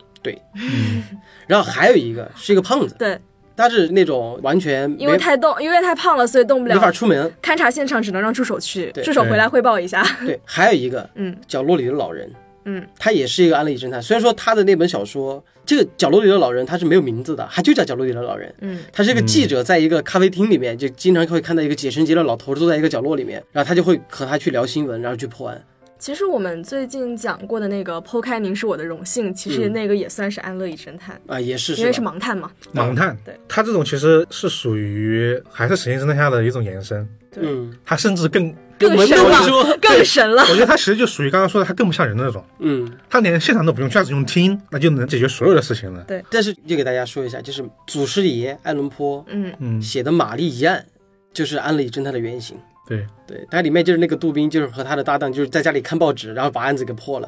A: 然后还有一个是一个胖子，
B: 对，
A: 他是那种完全没
B: 因为太动，因为太胖了，所以动不
A: 没法
B: 了。
A: 出
B: *laughs*
A: 门。
B: 勘察现场只能让助手去，
A: 对
B: 助手回来汇报一下。
A: 对，还有一个
B: 嗯
A: 角落里的老人，
B: 嗯，
A: 他也是一个安利侦探。虽然说他的那本小说，这个角落里的老人他是没有名字的，他就叫角落里的老人。
B: 嗯，
A: 他是一个记者，在一个咖啡厅里面，就经常会看到一个解绳结的老头儿坐在一个角落里面，然后他就会和他去聊新闻，然后去破案。
B: 其实我们最近讲过的那个《剖开您是我的荣幸》，其实
A: 嗯
B: 那个也算是安乐椅侦探，
A: 啊、也是，
B: 因为是
A: 吧？
B: 盲探嘛。
C: 盲探，
B: 对，
C: 他这种其实是属于还是实验侦探下的一种延伸，
B: 对
A: 嗯，
C: 他甚至更，
A: 跟
B: 更
A: 文
B: 神
A: 本
B: 了
A: 说，
B: *laughs* 更神了
C: 我。觉得他其实就属于刚刚说的，他更不像人的那种，
A: 嗯。
C: 他连现场都不用去，他只用听，那就能解决所有的事情了。
A: 但是就给大家说一下，就是祖师爷爱伦坡
B: 嗯，
C: 嗯，
A: 写的《玛丽一案》，就是安利侦探的原型。
C: 对，
A: 对，它里面就是那个杜宾，就是和他的搭档，就是在家里看报纸，然后把案子给破了。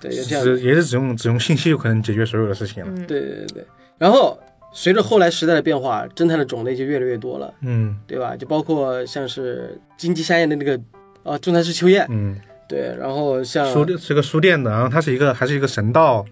A: 对，就这样
C: 只也是只用只用信息就可能解决所有的事情了。
A: 对对对对。然后随着后来时代的变化，侦探的种类就越来越多了，
C: 嗯
A: 对吧？就包括像是金鸡山宴的那个啊，仲裁师秋叶，
C: 嗯，
A: 对，然后像
C: 书店是个书店的，然后他是一个还是一个神道，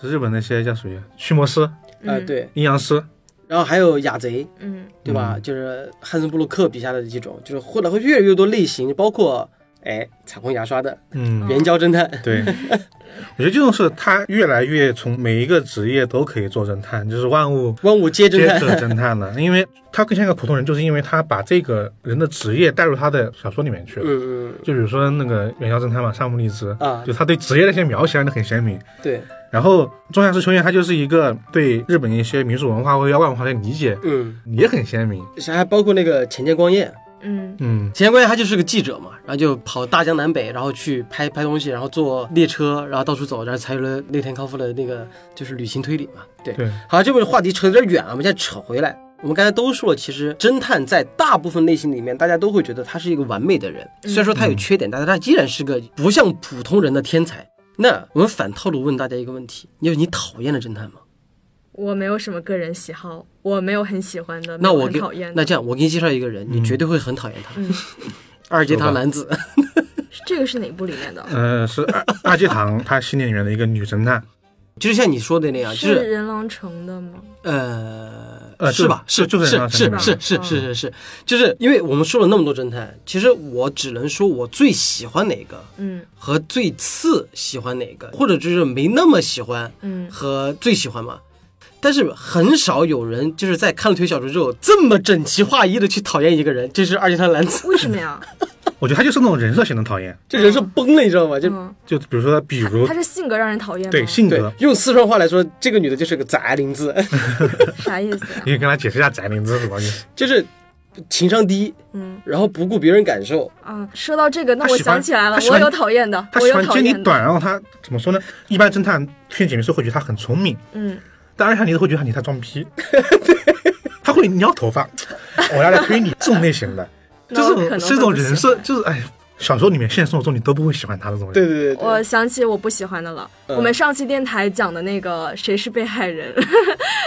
C: 是日本那些叫属于驱魔师、
A: 啊、
B: 嗯，
A: 对，
C: 阴阳师，
A: 然后还有雅贼，
B: 嗯，
A: 对吧？就是汉森布鲁克笔下的几种，就是后来会越来越多类型，包括哎彩虹牙刷的
C: 嗯，
A: 援交侦探，
C: 对， *laughs* 我觉得这种事他越来越从每一个职业都可以做侦探，就是万物
A: 万物皆 *laughs* 侦
C: 皆
A: 探
C: 是。侦探了，因为他更像一个普通人，就是因为他把这个人的职业带入他的小说里面去了。
A: 嗯嗯
C: 就比如说那个《远交侦探》嘛，山姆利兹，
A: 啊
C: 就他对职业那些描写的很鲜明。
A: 嗯，对，
C: 然后《仲夏之秋叶》他就是一个对日本一些民俗文化或者妖怪文化的理解
A: 嗯，
C: 也很鲜明。
A: 还包括那个浅见光彦，
B: 嗯，
C: 嗯，
A: 前关键他就是个记者嘛，然后就跑大江南北，然后去拍拍东西，然后坐列车，然后到处走，然后才有了内田康夫的那个就是旅行推理嘛。对，
C: 对，
A: 好，这个话题扯得有点远啊，我们现在扯回来。我们刚才都说了，其实侦探在大部分类型里面，大家都会觉得他是一个完美的人，虽然说他有缺点，但是他依然是个不像普通人的天才。那我们反套路问大家一个问题：你有你讨厌的侦探吗？
B: 我没有什么个人喜好，我没有很喜欢的，
A: 那
B: 没有
A: 我
B: 很
A: 给
B: 讨厌的。嗯
A: 那这样，我给你介绍一个人，你
C: 嗯
A: 绝对会很讨厌他。 *laughs* 二阶堂男子，
B: 这个是哪部里
C: *laughs*
B: 面的？
C: 呃，是二二阶堂他系列里面的一个女侦探，
A: 就是像你说的那
C: 啊
A: 样，就是
B: 是任郎城的吗？
A: 呃，
C: 呃
A: 是吧？
C: 就是就是嗯
A: 是
C: 那
A: 是
C: 种
A: 是是是是是，就是因为我们说了那么多侦探，其实我只能说我最喜欢哪个
B: 嗯
A: 和最次喜欢哪个，或者就是没那么喜欢
B: 嗯，
A: 和最喜欢嘛。但是很少有人就是在看了推理小说之后这么整齐划一的去讨厌一个人，这是二阶堂男子，
B: 为什么
C: *laughs*
B: 呀？
C: 我觉得他就是那种人设型的讨厌，
A: 这人是崩了，你知道吗？就
B: 嗯，
C: 就比如说，比如
B: 他是性格让人讨厌吗？
C: 对性 *laughs*
A: 对
C: 格，，
A: 用四川话来说，这个女的就是个宅林子，
B: 啥意思啊呀？
C: 你可以跟他解释一下宅名字是什么意思。
A: *laughs* 就是情商低，
B: 嗯
A: 然后不顾别人感受，
B: 啊，说到这个，那
C: 他
B: 我
C: 喜欢
B: 想起来了
C: 他，喜
B: 我
C: 欢
B: 有讨厌的，
C: 他
B: 我
C: 喜
B: 有
C: 欢
B: 讨
C: 揭你
B: 厌的。
C: 短，然后他怎么说呢？一般侦探骗解谜师会觉得他很聪明，
B: 嗯，
C: 但二阶堂你都会觉得你在装逼， *laughs* 他会撩
B: *laughs*
C: 头发，我要来推你这种类型的，
B: 那
C: 就
B: 我
C: 是
B: 可能
C: 是
B: 会
C: 这种
B: 不喜
C: 人设，
B: 欢
C: 就是哎，小说里面、现实生活中你都不会喜欢他这种人。
A: 对对对对，
B: 我想起我不喜欢的了。我们上期电台讲的那个谁是被害人， *laughs*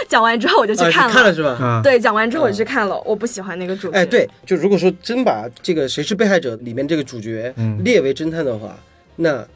B: 讲完之后我就去
A: 啊，
B: 看
A: 你看
B: 了。
A: 了是吧？
C: 啊，
B: 对，讲完之后我就去看了，我不喜欢那个主角。
A: 哎，，对，就如果说真把这个《谁是被害者》里面这个主角
C: 嗯
A: 列为侦探的话，那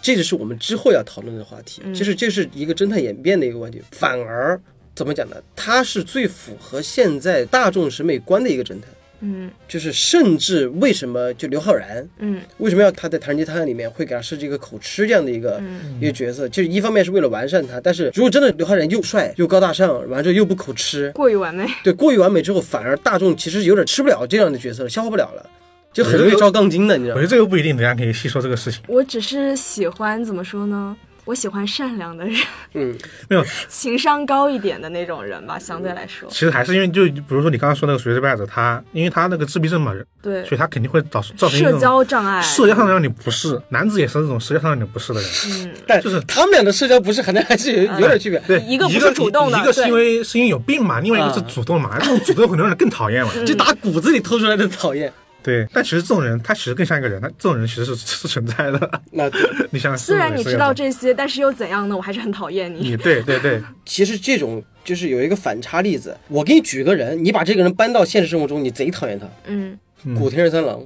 A: 这就是我们之后要讨论的话
B: 嗯
A: 题，就是这是一个侦探演变的一个问题。反而怎么讲呢？他是最符合现在大众审美观的一个侦探，
B: 嗯
A: 就是甚至为什么就刘昊然
B: 嗯
A: 为什么要他在《唐人街探案》里面会给他设置一个口吃这样的一个、
B: 嗯
A: 一个角色？就是一方面是为了完善他，但是如果真的刘昊然又帅又高大上，完之后又不口吃，
B: 过于完美。
A: 对，过于完美之后，反而大众其实有点吃不了这样的角色了，消化不了了，就很容易照杠精的，你知
C: 我
A: 道
C: 觉
A: 吗？
C: 得这个不一定，等一下可以细说这个事情。
B: 我只是喜欢怎么说呢？我喜欢善良的人， *laughs*
A: 嗯，
C: 没有，
B: 情商高一点的那种人吧，相对来说。
C: 其实还是因为就比如说你刚刚说那个谁是被害者，他因为他那个自闭症嘛，
B: 对
C: 所，以他肯定会造造成一
B: 社
C: 种
B: 交障碍。
C: 社交上让你不适。男子也是那种社交上让你不适的人，
B: 嗯
A: 但
C: 就是
A: 他们俩的社交不是很还是有有点区别。
C: 对，
B: 一
C: 一
B: 个不是主动的
C: 一个是
B: 对嗯
C: 因为是因为有病嘛，另外一个是主动嘛，这种主动可能让人更讨厌嘛。
A: 就打骨子里透出来的讨厌，
C: 对，但其实这种人他其实更像一个人，他这种人其实是是存在的。 *laughs*
A: 那
C: 你想想，
B: 虽然
C: 这种
B: 你
C: 人是
B: 知道
C: 有
B: 这些，但是又怎样呢？我还是很讨厌你。
C: 你对对对，
A: 其实这种就是有一个反差例子。我给你举个人，你把这个人搬到现实生活中，你贼讨厌他，
B: 嗯，
A: 古田任三郎。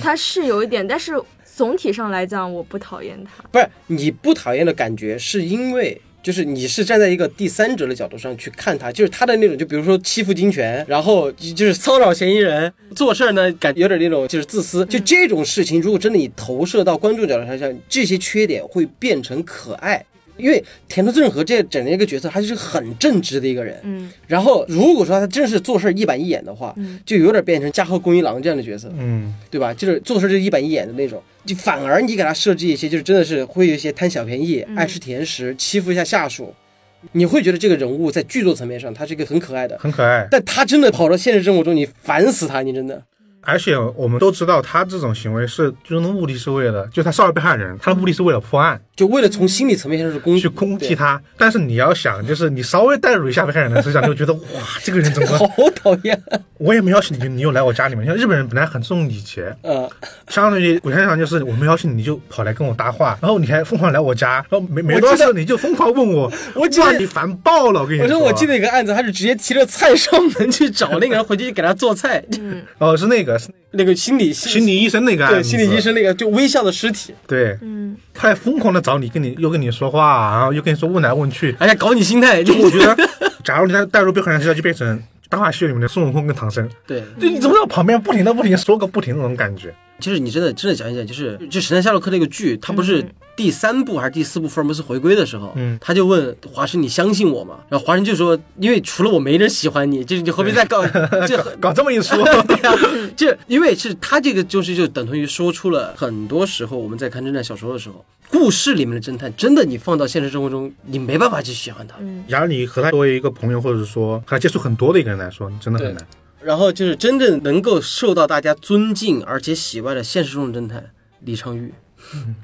B: 他嗯是有一点，但是总体上来讲，我不讨厌他。
A: 不是你不讨厌的感觉，是因为就是你是站在一个第三者的角度上去看他，就是他的那种，就比如说欺负侵权，然后就就是骚扰嫌疑人，做事儿呢感觉有点那种就是自私，就这种事情，如果真的你投射到观众角度上上，这些缺点会变成可爱。因为田村正和这整一个角色，他就是很正直的一个人，
B: 嗯，
A: 然后如果说他真是做事儿一板一眼的话，就有点变成加贺恭一郎这样的角色，
C: 嗯，
A: 对吧？就是做事就一板一眼的那种，就反而你给他设置一些，就是真的是会有一些贪小便宜、爱吃甜食、欺负一下下属，你会觉得这个人物在剧作层面上他是一个很可爱的，
C: 很可爱。
A: 但他真的跑到现实生活中，你烦死他，你真的。
C: 而且我们都知道，他这种行为是最终的目的是为了，就他骚扰被害人，他的目的是为了破案，
A: 就为了从心理层面上是攻
C: 去攻击
A: 对
C: 他。但是你要想，就是你稍微代入一下被害人的思想，就觉得哇，这个人怎么？
A: *laughs* 好讨厌，
C: 我也没邀请你，你又来我家里面。像日本人本来很重礼节， *laughs*
A: 呃，
C: 相当于古先生就是我没邀请你就跑来跟我搭话，然后你还疯狂来我家，然后没没
A: 我
C: 多少
A: 记得
C: 事你就疯狂问我，
A: 我记得
C: 哇你烦爆了，我跟你
A: 我说我记得有个案子，他是直接提着菜上门去找那个人回去给他做菜，
C: 哦是那个是
A: *laughs* 那个心理
C: 心理医生那个案
A: 对
C: 子
A: 心理医生那个就微笑的尸体，
C: 对，嗯，他还疯狂的找你，跟你又跟你说话，然后又跟你说问来问去，
A: 而且搞你心 *laughs* 态，就
C: 我觉得，假如你带带入被害人视角，就变成《大话西游》里面的孙悟空跟唐僧，
A: 对，
C: 就你怎么在我旁边不停的不停地说个不停的那种感觉。
A: 就是你真的真的讲一讲，就是就《神探夏洛克》那个剧，他不是第三部还是第四部福尔摩斯回归的时候，
C: 嗯
A: 他就问华生你相信我吗？然后华生就说，因为除了我没人喜欢你，就是你何必再搞这很。
C: 搞这么一说，
A: 对啊，这因为是他这个就是就等同于说出了很多时候我们在看侦探小说的时候，故事里面的侦探真的你放到现实生活中，你没办法去喜欢他。
C: *laughs* 假如你和他作为一个朋友，或者说和他接触很多的一个人来说，你真的很难。
A: 然后就是真正能够受到大家尊敬而且喜爱的现实中的侦探李昌钰。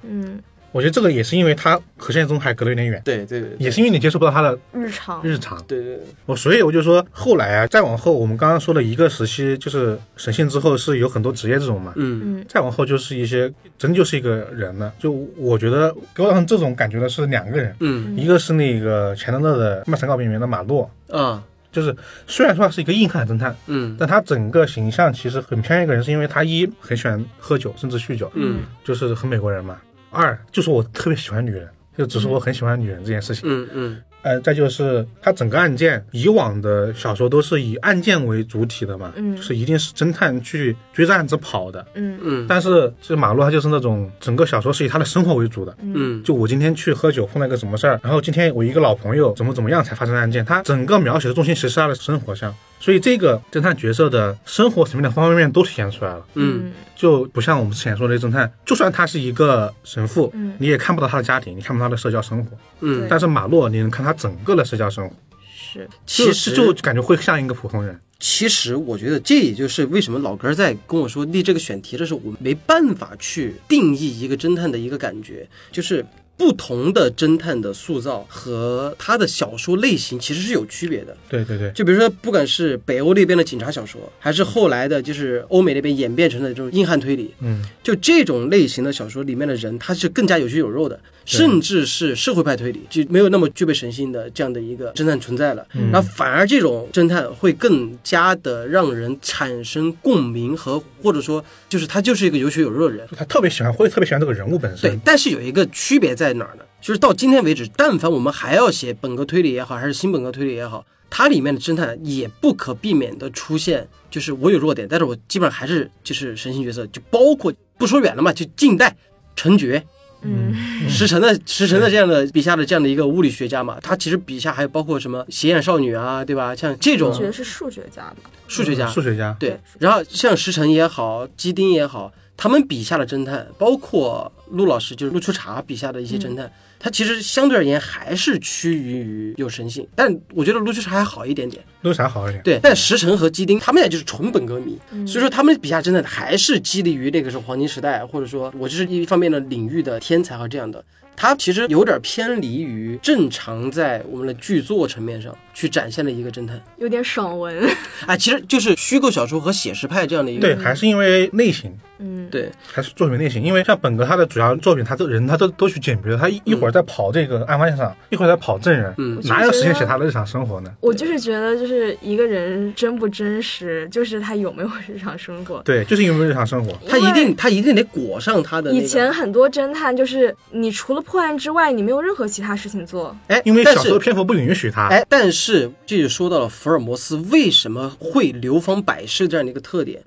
B: 嗯，
C: 我觉得这个也是因为他和现实中还隔得有点远，
A: 对对对
C: 也是因为你接触不到他的
B: 日常，
C: 日常。
A: 对对，
C: 我所以我就说，后来啊，再往后，我们刚刚说了一个时期，就是神仙之后是有很多职业这种嘛，
A: 嗯。
C: 再往后就是一些真就是一个人了。就我觉得给我造成这种感觉的是两个人，
A: 嗯
C: 一个是那个钱德勒的《曼城告别里面的马洛，
A: 啊，
C: 就是虽然说他是一个硬汉侦探，
A: 嗯
C: 但他整个形象其实很偏一个人，是因为他一很喜欢喝酒，甚至酗酒，
A: 嗯
C: 就是很美国人嘛。二就是我特别喜欢女人，就只是我很喜欢女人这件事情。
A: 嗯嗯
C: 呃，再就是他整个案件，以往的小说都是以案件为主体的嘛，
B: 嗯
C: 就是一定是侦探去追着案子跑的。
B: 嗯
A: 嗯
C: 但是这马洛他就是那种整个小说是以他的生活为主的，
A: 嗯
C: 就我今天去喝酒碰到一个什么事儿，然后今天我一个老朋友怎么怎么样才发生案件，他整个描写的重心其实是他的生活上，所以这个侦探角色的生活层面的方方面面都体现出来了，
A: 嗯
C: 就不像我们之前说的侦探，就算他是一个神父，
B: 嗯
C: 你也看不到他的家庭，你看不到他的社交生活，
A: 嗯，
C: 但是马洛你能看他整个的社交生活，
B: 是，
A: 其
C: 就
A: 实
C: 就感觉会像一个普通人，
A: 其实我觉得这也就是为什么老哥在跟我说立这个选题的时候，我没办法去定义一个侦探的一个感觉，就是。不同的侦探的塑造和他的小说类型其实是有区别的，
C: 对对对，
A: 就比如说，不管是北欧那边的警察小说，还是后来的，就是欧美那边演变成的这种硬汉推理，
C: 嗯，
A: 就这种类型的小说里面的人，他是更加有血有肉的，甚至是社会派推理，就没有那么具备神性的这样的一个侦探存在了。那、反而这种侦探会更加的让人产生共鸣和，或者说就是他就是一个有血有肉的人。
C: 就他特别喜欢，会特别喜欢这个人物本
A: 对
C: 身，，
A: 但是有一个区别在哪儿呢？就是到今天为止，但凡我们还要写本格推理也好，还是新本格推理也好，它里面的侦探也不可避免的出现，就是我有弱点，但是我基本上还是就是神性角色，就包括不说远了嘛，就近代陈觉，
B: 嗯
A: 石沉的石沉的这样的笔下的这样的一个物理学家嘛，他其实笔下还有包括什么邪眼少女啊，对吧？像这种
B: 觉得是数学家吧，
A: 数学家，
C: 数学家，
A: 对
B: 对，
A: 然后像石晨也好，基丁也好，他们笔下的侦探，包括陆老师，就是陆初茶笔下的一些侦探，他其实相对而言还是趋于于有神性，但我觉得陆初茶还好一点点。
C: 陆啥好一点，
A: 对，但石晨和基丁他们俩就是纯本格迷，所以说他们笔下侦探还是激励于那个是黄金时代，或者说我就是一方面的领域的天才和这样的。他其实有点偏离于正常在我们的剧作层面上去展现的一个侦探，
B: 有点爽文，
A: 哎，其实就是虚构小说和写实派这样的一个
C: 对，还是因为类型。
B: 嗯，
A: 对
C: 还是作品类型，因为像本格它的主主要作品，他都人他都都去剪，比如他一一会儿在跑这个案发现场，一会儿在跑证人，
A: 嗯
C: 哪有时间写他的日常生活呢？
B: 我就是觉得，就是一个人真不真实，就是他有没有日常生活。
C: 对，就是因为日常生活，
A: 他一定他一定得裹上他的那
B: 以
A: 个
B: 前很多侦探就是，你除了破案之外，你没有任何其他事情做。
A: 哎，
C: 因为
A: 但
C: 小
A: 是
C: 说篇幅不允许他。
A: 哎，但是这就说到了福尔摩斯为什么会流芳百世这样的一个特点。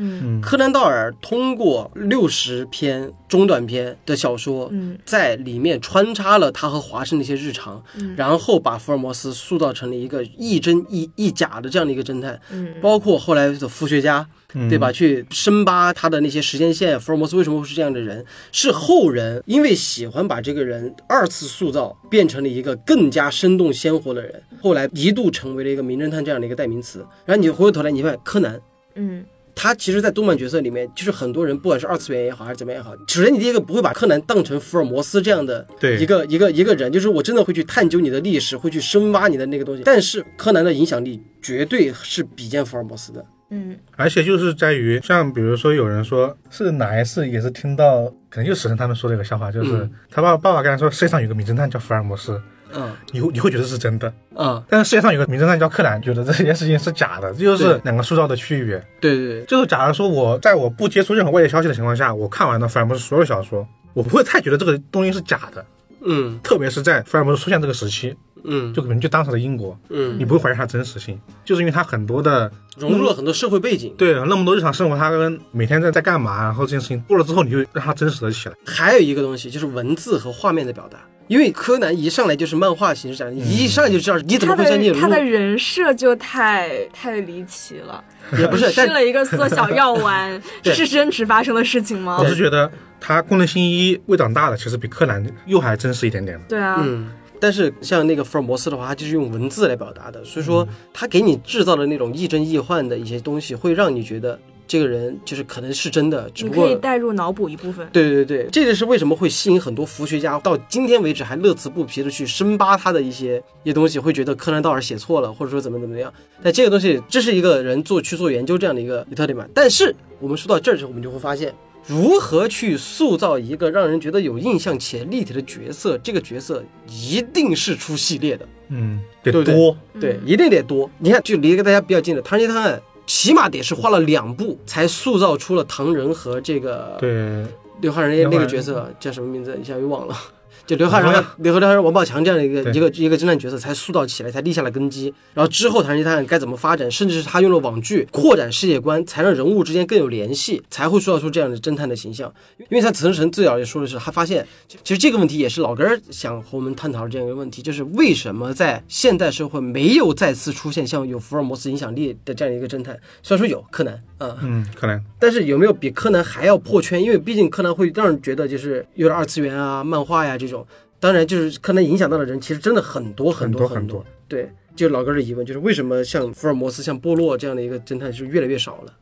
B: 嗯
C: 嗯，
A: 柯南道尔通过六十篇中短篇的小说，
B: 嗯
A: 在里面穿插了他和华生的一些日常，
B: 嗯
A: 然后把福尔摩斯塑造成了一个亦真亦亦假的这样的一个侦探，
B: 嗯
A: 包括后来的科学家，
C: 嗯
A: 对吧？去深扒他的那些时间线，福尔摩斯为什么会是这样的人？是后人因为喜欢把这个人二次塑造，变成了一个更加生动鲜活的人，后来一度成为了一个名侦探这样的一个代名词。然后你回过头来，你发现柯南。
B: 嗯
A: 他其实，在动漫角色里面，就是很多人，不管是二次元也好，还是怎么样也好，首先你第一个不会把柯南当成福尔摩斯这样的
C: 对
A: 一个一个一个人，就是我真的会去探究你的历史，会去深挖你的那个东西。但是柯南的影响力绝对是比肩福尔摩斯的。
B: 嗯
C: 而且就是在于，像比如说有人说是哪一次也是听到，可能就史晨他们说的一个笑话，就是、
A: 嗯
C: 他爸爸爸跟他说世界上有个名侦探叫福尔摩斯，
A: 嗯
C: 你会你会觉得是真的，
A: 啊，
C: 但是世界上有个名侦探叫柯南，觉得这件事情是假的，这就是两个塑造的区别。
A: 对对
C: 就是假如说我在我不接触任何外界消息的情况下，我看完了福尔摩斯所有小说，我不会太觉得这个东西是假的，
A: 对，嗯
C: 特别是在福尔摩斯出现这个时期，
A: 嗯
C: 就可能就当时的英国，
A: 嗯，
C: 你不会怀疑它真实性，就是因为它很多的
A: 融入了很多社会背景。
C: 对那么多日常生活，它跟每天在在干嘛，然后这件事情过了之后，你就让它真实了起来。
A: 还有一个东西就是文字和画面的表达，因为柯南一上来就是漫画形式展，一上来就知道你怎么
B: 他
A: 会相信
B: 的
A: 鲁
B: 他的人设就太太离奇了，
A: 也不是，
B: 吃
A: 但
B: 了一个缩小药丸，
A: *laughs* 对
B: 这是真实发生的事情吗
C: 我？是觉得它功能性一未长大了，其实比柯南又还真实一点点。
B: 对啊，
A: 嗯，但是像那个福尔摩斯的话，他就是用文字来表达的，所以说他给你制造的那种亦真亦幻的一些东西，会让你觉得这个人就是可能是真的，只
B: 你
A: 不
B: 可
A: 过
B: 以代入脑补一部分。
A: 对对对，这就是为什么会吸引很多佛学家到今天为止还乐此不疲的去深扒他的一些一些东西，会觉得柯南道尔写错了，或者说怎么怎么样。但这个东西，这是一个人做去做研究这样的一个特点嘛。但是我们说到这儿的时候，我们就会发现，如何去塑造一个让人觉得有印象且立体的角色，这个角色一定是出系列的，
C: 嗯，得
A: 对
C: 多
A: 不对对，一定得多。你看，就离个大家比较近的《唐人街探案》，起码得是花了两部才塑造出了唐人和这个
C: 对
A: 刘昊然那
C: 刘
A: 那
C: 昊
A: 个
C: 然
A: 角色叫什么名字？一下又忘了。 *laughs* 就刘昊然、刘和刘昊然、王宝强这样的一个
C: 对
A: 一个一个侦探角色才塑造起来，才立下了根基。然后之后《唐人街探案》该怎么发展，甚至是他用了网剧扩展世界观，才让人物之间更有联系，才会塑造出这样的侦探的形象。因为他曾神最早也说的是，他发现其实这个问题也是老根儿想和我们探讨的这样一个问题，就是为什么在现代社会没有再次出现像有福尔摩斯影响力的这样一个侦探？虽然说有柯南啊，
C: 嗯，柯南
A: 但是有没有比柯南还要破圈？因为毕竟柯南会让人觉得就是有点二次元啊、漫画呀、这种。当然，就是柯南影响到的人其实真的很多很多
C: 很多很
A: 多
C: 多。
A: 对，就老哥的疑问就是为什么像福尔摩斯、像波洛这样的一个侦探是越来越少了？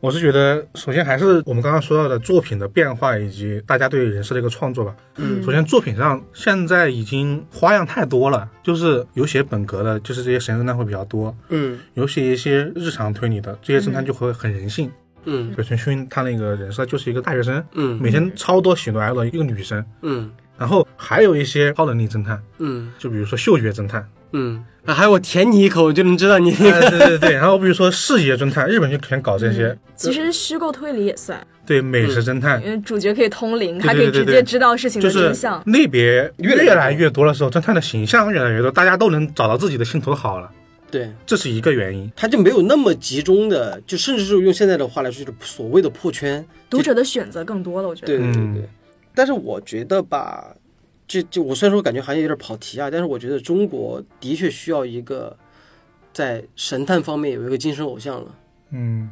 C: 我是觉得，首先还是我们刚刚说到的作品的变化以及大家对人设的一个创作吧。
A: 嗯
C: 首先作品上现在已经花样太多了，就是有写本格的，就是这些神侦探会比较多；
A: 嗯
C: 有写一些日常推理的，这些侦探就会很人性。
A: 嗯
C: 北村薰他那个人设就是一个大学生，
A: 嗯
C: 每天超多喜怒哀乐，一个女生。
A: 嗯
C: 然后还有一些超能力侦探，
A: 嗯
C: 就比如说嗅觉侦探，
A: 嗯。啊，还有我舔你一口，我就能知道你。
C: 哎对对对，然后比如说视觉侦探，日本就全搞这些，
B: 嗯其实虚构推理也算，
C: 对美食侦探
B: 因，为主角可以通灵，他可
C: 对
B: 以
C: 对
B: 直
C: 对
B: 接知道事情
C: 就
B: 的
C: 是
B: 真相。
C: 类别
A: 越来越多
C: 越来越多的时候，侦探的形象越来越多，大家都能找到自己的心头好了，
A: 对，
C: 这是一个原因。
A: 他就没有那么集中的，就甚至是用现在的话来说，就是所谓的破圈。
B: 读者的选择更多了，我觉
A: 对
B: 得。
A: 对对
C: 嗯
A: 对，但是我觉得吧，这就我虽然说感觉好像有点跑题啊，但是我觉得中国的确需要一个在神探方面有一个精神偶像了。
C: 嗯，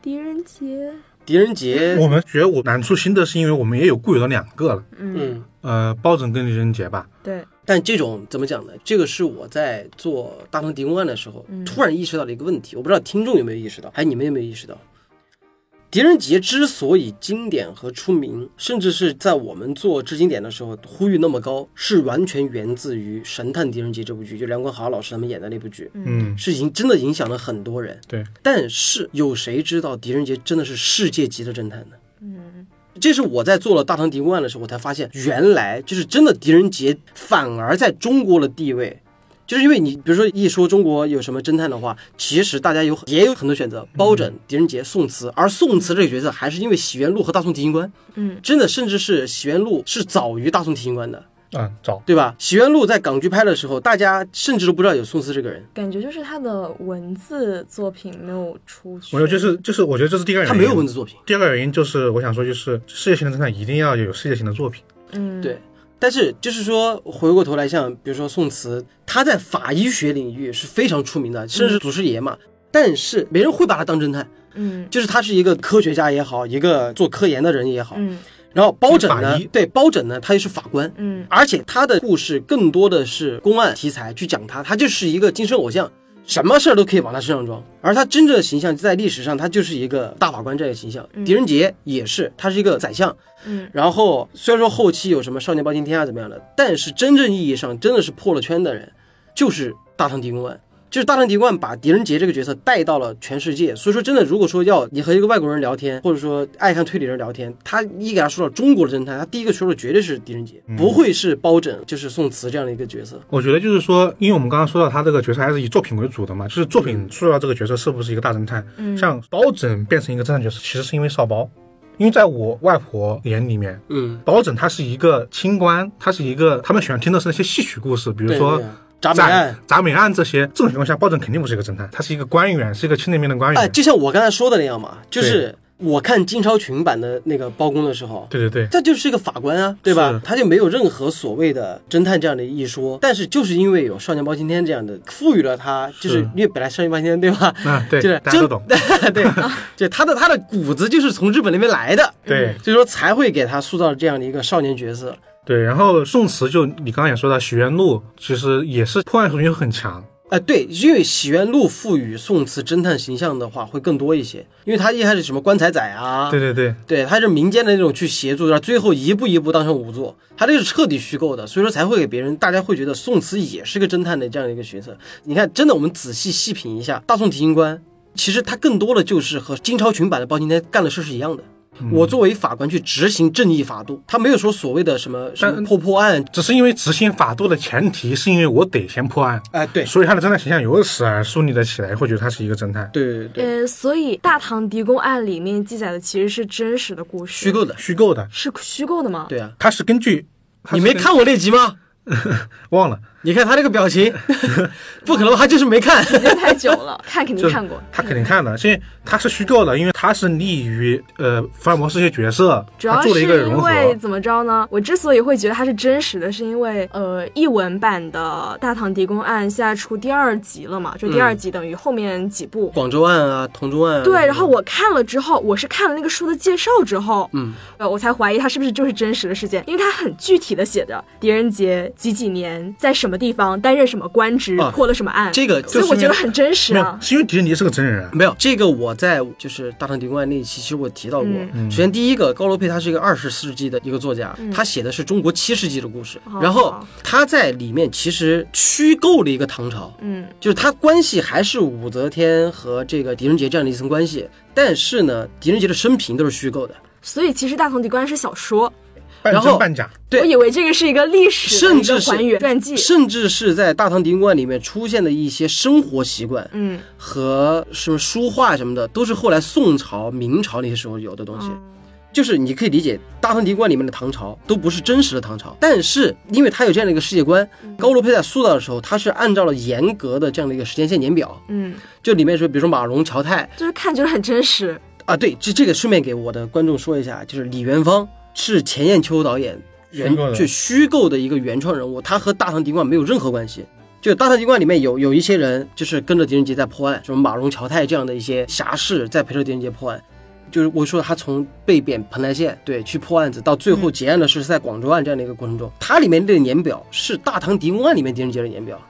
B: 狄仁杰，
A: 狄仁杰，
C: 我们觉得我难出新的是因为我们也有固有的两个了，
B: 嗯，
A: 嗯，
C: 呃，包拯跟狄仁杰吧。
B: 对，
A: 但这种怎么讲呢？这个是我在做《大唐狄公案》的时候、突然意识到的一个问题，我不知道听众有没有意识到，还有你们有没有意识到？狄仁杰之所以经典和出名，甚至是在我们做致经典的时候呼吁那么高，是完全源自于《神探狄仁杰》这部剧，就梁国豪老师他们演的那部剧。
C: 嗯，
A: 是影真的影响了很多人。
C: 对，
A: 但是有谁知道狄仁杰真的是世界级的侦探呢？
B: 嗯，
A: 这是我在做了《大唐狄公案》的时候，我才发现，原来就是真的狄仁杰反而在中国的地位，就是因为你比如说一说中国有什么侦探的话，其实大家有也有很多选择，包拯、狄仁杰、宋慈，而宋慈这个角色还是因为洗冤录和大宋提刑官，
B: 嗯，
A: 真的甚至是洗冤录是早于大宋提刑官的，
C: 嗯，找
A: 对吧？洗冤录在港剧拍的时候，大家甚至都不知道有宋慈这个人，
B: 感觉就是他的文字作品没有出去，
C: 我觉得就是就是，我觉得这是第二个原
A: 他
C: 因。
A: 没有文字作品。
C: 第二个原因就是我想说，就是世界性的侦探一定要有世界性的作品。
B: 嗯，
A: 对但是就是说，回过头来，像比如说宋慈，他在法医学领域是非常出名的，甚至是祖师爷嘛。但是没人会把他当侦探，
B: 嗯
A: 就是他是一个科学家也好，一个做科研的人也好。
B: 嗯
A: 然后包拯呢
C: 法医，
A: 对包拯呢，他又是法官，
B: 嗯
A: 而且他的故事更多的是公案题材去讲他，他就是一个精神偶像，什么事儿都可以往他身上装。而他真正的形象在历史上，他就是一个大法官这样的形象。狄仁杰也是，他是一个宰相，
B: 嗯
A: 然后虽然说后期有什么《少年包青天》啊怎么样的，但是真正意义上真的是破了圈的人，就是《大唐狄公案》。就是《大唐狄公案》把狄仁杰这个角色带到了全世界，所以说真的，如果说要你和一个外国人聊天，或者说爱看推理人聊天，他一给他说到中国的侦探，他第一个说的绝对是狄仁杰，不会是包拯，就是宋慈这样的一个角色。
C: 我觉得就是说，因为我们刚刚说到他这个角色还是以作品为主的嘛，就是作
A: 嗯
C: 品塑造这个角色是不是一个大侦探。
B: 嗯
C: 像包拯变成一个侦探角色，其实是因为少包，因为在我外婆眼里面，
A: 嗯，
C: 包拯他是一个清官，他是一个他们喜欢听的是那些戏曲故事，比如
A: 对
C: 说
A: 对啊铡美案。
C: 铡美案这些。这种情况下，包拯肯定不是一个侦探，他是一个官员，是一个清廉明的官员。
A: 哎，就像我刚才说的那样嘛，就是我看金超群版的那个包公的时候，
C: 对对对，
A: 他就是一个法官啊，对吧
C: 是？
A: 他就没有任何所谓的侦探这样的一说，但是就是因为有《少年包青天》这样的赋予了他，就是
C: 是
A: 因为本来《少年包青天》对吧？
C: 嗯对
A: 就是，
C: 大家
A: 真
C: 都懂。
A: *laughs* 对，就他的他的骨子就是从日本那边来的，
C: 对
A: 所以说才会给他塑造这样的一个少年角色。
C: 对，然后宋慈就你刚刚也说到，许愿录其实也是破案属性很强。
A: 哎，对，因为《洗冤录》赋予宋慈侦探形象的话会更多一些，因为他一开始什么棺材仔啊，
C: 对对对，
A: 对，他是民间的那种去协助，然后最后一步一步当成仵作，他这个是彻底虚构的，所以说才会给别人，大家会觉得宋慈也是个侦探的这样的一个角色。你看，真的，我们仔细细品一下《大宋提刑官》，其实他更多的就是和金超群版的包青天干的事是一样的。
C: 嗯
A: 我作为法官去执行正义法度，他没有说所谓的什么什么
C: 但
A: 破破案，
C: 只是因为执行法度的前提是因为我得先破案，
A: 哎、对，
C: 所以他的侦探形象由此而树立了起来，会觉得他是一个侦探。
A: 对对对，
B: 呃，所以《大唐狄公案》里面记载的其实是真实的故事，
A: 虚构的，
C: 虚构的，
B: 是虚构的吗？
A: 对啊，
C: 他是根据
A: 你没看我那集吗？
C: 忘了，
A: 你看他那个表
C: *laughs*
A: 情，不可能，他就是没看。 *laughs*
B: 时间太久了， *laughs* 看肯定
C: 就是
B: 看过，
C: 他肯定看了，因为他是虚构的，因为他是立于呃福尔摩斯这些角色，
B: 主要
C: 他
B: 是
C: 做了一个
B: 因
C: 融合。
B: 为怎么着呢？我之所以会觉得它是真实的，是因为呃，译文版的《大唐狄公案》现在出第二集了嘛，就第二集等于后面几部。
A: 广州案啊，同州案啊，
B: 对，然后我看了之后，我是看了那个书的介绍之后，嗯，呃，我才怀疑它是不是就是真实的事件，因为它很具体的写着狄仁杰几几年在什么地方担任什么官职，
A: 啊
B: 破了什么案，
A: 这个就
B: 所以
A: 是
B: 我觉得很真实
C: 没
B: 啊
C: 有，。是因为狄仁杰是个真人啊，
A: 没有这个，我在就是《大唐狄公案》那一期，其实我提到过。
B: 嗯
A: 首先，第一个高罗佩他是一个二十世纪的一个作家，他写的是中国七世纪的故事，然后他在里面其实虚构了一个唐朝，
B: 嗯，
A: 就是他关系还是武则天和这个狄仁杰这样的一层关系，但是呢，狄仁杰的生平都是虚构的，
B: 所以其实《大唐狄公案》是小说，
C: 半
A: 然后
C: 真半假。
A: 对
B: 我以为这个是一个历史的
A: 甚
B: 一个
A: 至是
B: 还原传记，
A: 甚至是在《大唐狄公案》里面出现的一些生活习惯
B: 嗯。
A: 和什么书画什么的，都是后来宋朝、明朝那些时候有的东西。就是你可以理解《大唐狄观》里面的唐朝都不是真实的唐朝，但是因为它有这样的一个世界观，高罗佩在塑造的时候，它是按照了严格的这样的一个时间线年表，
B: 嗯，
A: 就里面说，比如说马龙、乔泰
B: 就是看觉得很真实。
A: 啊，对，这这个顺便给我的观众说一下，就是李元芳是钱雁秋导演原
C: 虚构的
A: 就虚构的一个原创人物，他和《大唐狄观》没有任何关系。就《大唐狄观》里面有有一些人就是跟着狄仁杰在破案，什么马龙、乔泰这样的一些侠士在陪着狄仁杰破案。就是我说他从被贬蓬莱县对去破案子，到最后结案的是在广州案这样的一个过程中，它里面的年表是《大唐狄公案》里面狄仁杰的年表。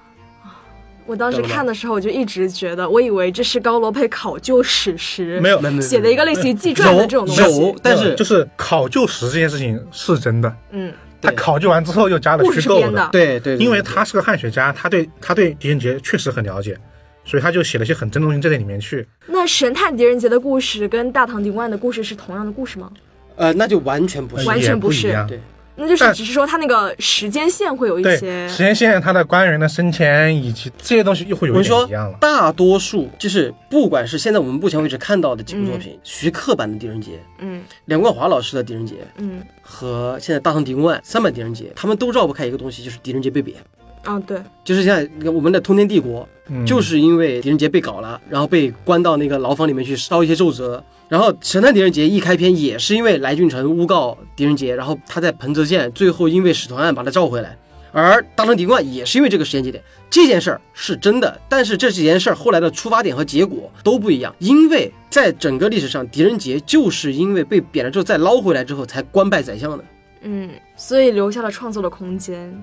B: 我当时
A: 懂了
B: 看的时候，我就一直觉得，我以为这是高罗佩考究史实，
C: 没有
A: 没没没
B: 写的一个类似于纪传的这种东西。
A: 有有，但是
C: 就是考究实这件事情是真的，
B: 嗯，
C: 他
A: 对
C: 考究完之后又加了
B: 故事
C: 虚
B: 是
C: 构
B: 编的。
A: 对对，对
C: 因为
A: 对
C: 他是个汉学家，他对他对狄仁杰确实很了解，所以他就写了一些很真的东西在这里面去。
B: 那神探狄仁杰的故事跟大唐狄公案的故事是同样的故事吗？
A: 呃，那就完全不是。
B: 完全
C: 也
B: 不
C: 不一
B: 是
C: 样。
A: 对
B: 那就是
C: 但
B: 只是说它那个时间线会有一些
C: 对，时间线它的官员的升迁以及这些东西又会有
A: 我
C: 一
A: 说
C: 点一样了。
A: 大多数就是不管是现在我们目前为止看到的几部作
C: 嗯
A: 品，徐克版的《狄仁杰》，
B: 嗯
A: 梁冠华老师的《狄仁杰》
B: 嗯，
A: 和现在大唐狄公案三版《狄仁杰》，他们都绕不开一个东西，就是狄仁杰被贬。
B: 啊对，
A: 就是现在我们的通天帝国，
C: 嗯
A: 就是因为狄仁杰被搞了，然后被关到那个牢房里面去烧一些奏折。然后《神探狄仁杰》一开篇也是因为来俊臣诬告狄仁杰，然后他在彭泽县最后因为使团案把他召回来。而大唐狄公案也是因为这个时间节点，这件事儿是真的，但是这几件事儿后来的出发点和结果都不一样，因为在整个历史上，狄仁杰就是因为被贬了之后再捞回来之后才官拜宰相的。
B: 嗯，所以留下了创作的空间。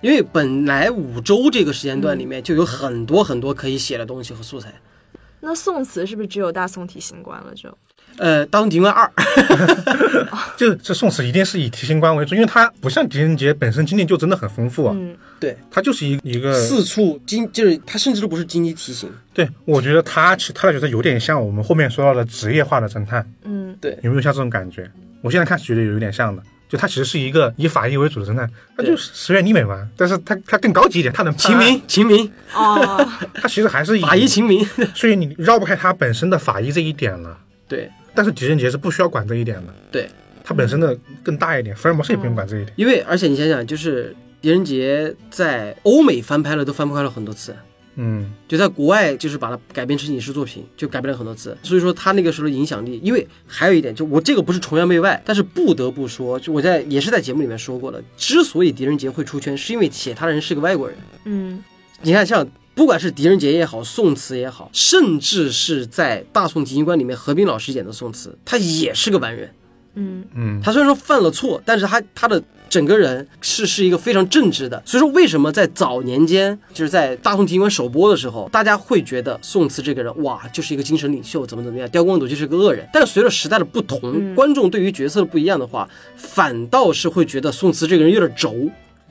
A: 因为本来五周这个时间段里面就有很多很多可以写的东西和素材。
B: 那宋词是不是只有大宋提刑官了就？
A: 呃，《大唐狄公案二》
C: 就是这宋词一定是以提刑官为主，因为它不像狄仁杰本身经历就真的很丰富啊，
B: 嗯
A: *laughs* 对，
C: 它就是一一个。
A: 四处经就是他甚至都不是经济提醒，
C: 对，我觉得他其他的角色有点像我们后面说到的职业化的侦探，
B: 嗯
C: 有没有像这种感觉？我现在看觉得有点像的，就他其实是一个以法医为主的侦探，他就
A: 对
C: 是石原里美嘛，但是他他更高级
B: *laughs*
C: 一点，他
B: 啊
C: 能判
A: 秦
C: 案，
A: *laughs* 明，秦明，
B: 哦，
C: 他其实还是以
A: 法医，秦明，
C: 所以你绕不开他本身的法医这一点了。
A: *laughs* 对
C: 但是狄仁杰是不需要管这一点的，
A: 对，
C: 他本身的更大一点，福尔摩斯也不用管这一点。
A: 因为而且你想想，就是狄仁杰在欧美翻拍了都翻拍了很多次，
C: 嗯，
A: 就在国外就是把它改编成影视作品，就改编了很多次，所以说他那个时候的影响力，因为还有一点，就我这个不是崇洋媚外，但是不得不说，就我在也是在节目里面说过了，之所以狄仁杰会出圈，是因为写他的人是个外国人。
B: 嗯
A: 你看，像不管是狄仁杰也好，宋词也好，甚至是在《大宋提刑官》里面何冰老师演的宋词，他也是个完人。
B: 嗯
C: 嗯，
A: 他虽然说犯了错，但是他他的整个人是是一个非常正直的。所以说，为什么在早年间，就是在《大宋提刑官》首播的时候，大家会觉得宋慈这个人哇，就是一个精神领袖，怎么怎么样，刁光斗就是个恶人。但是随着时代的不同，观众对于角色的不一样的话，反倒是会觉得宋慈这个人有点轴。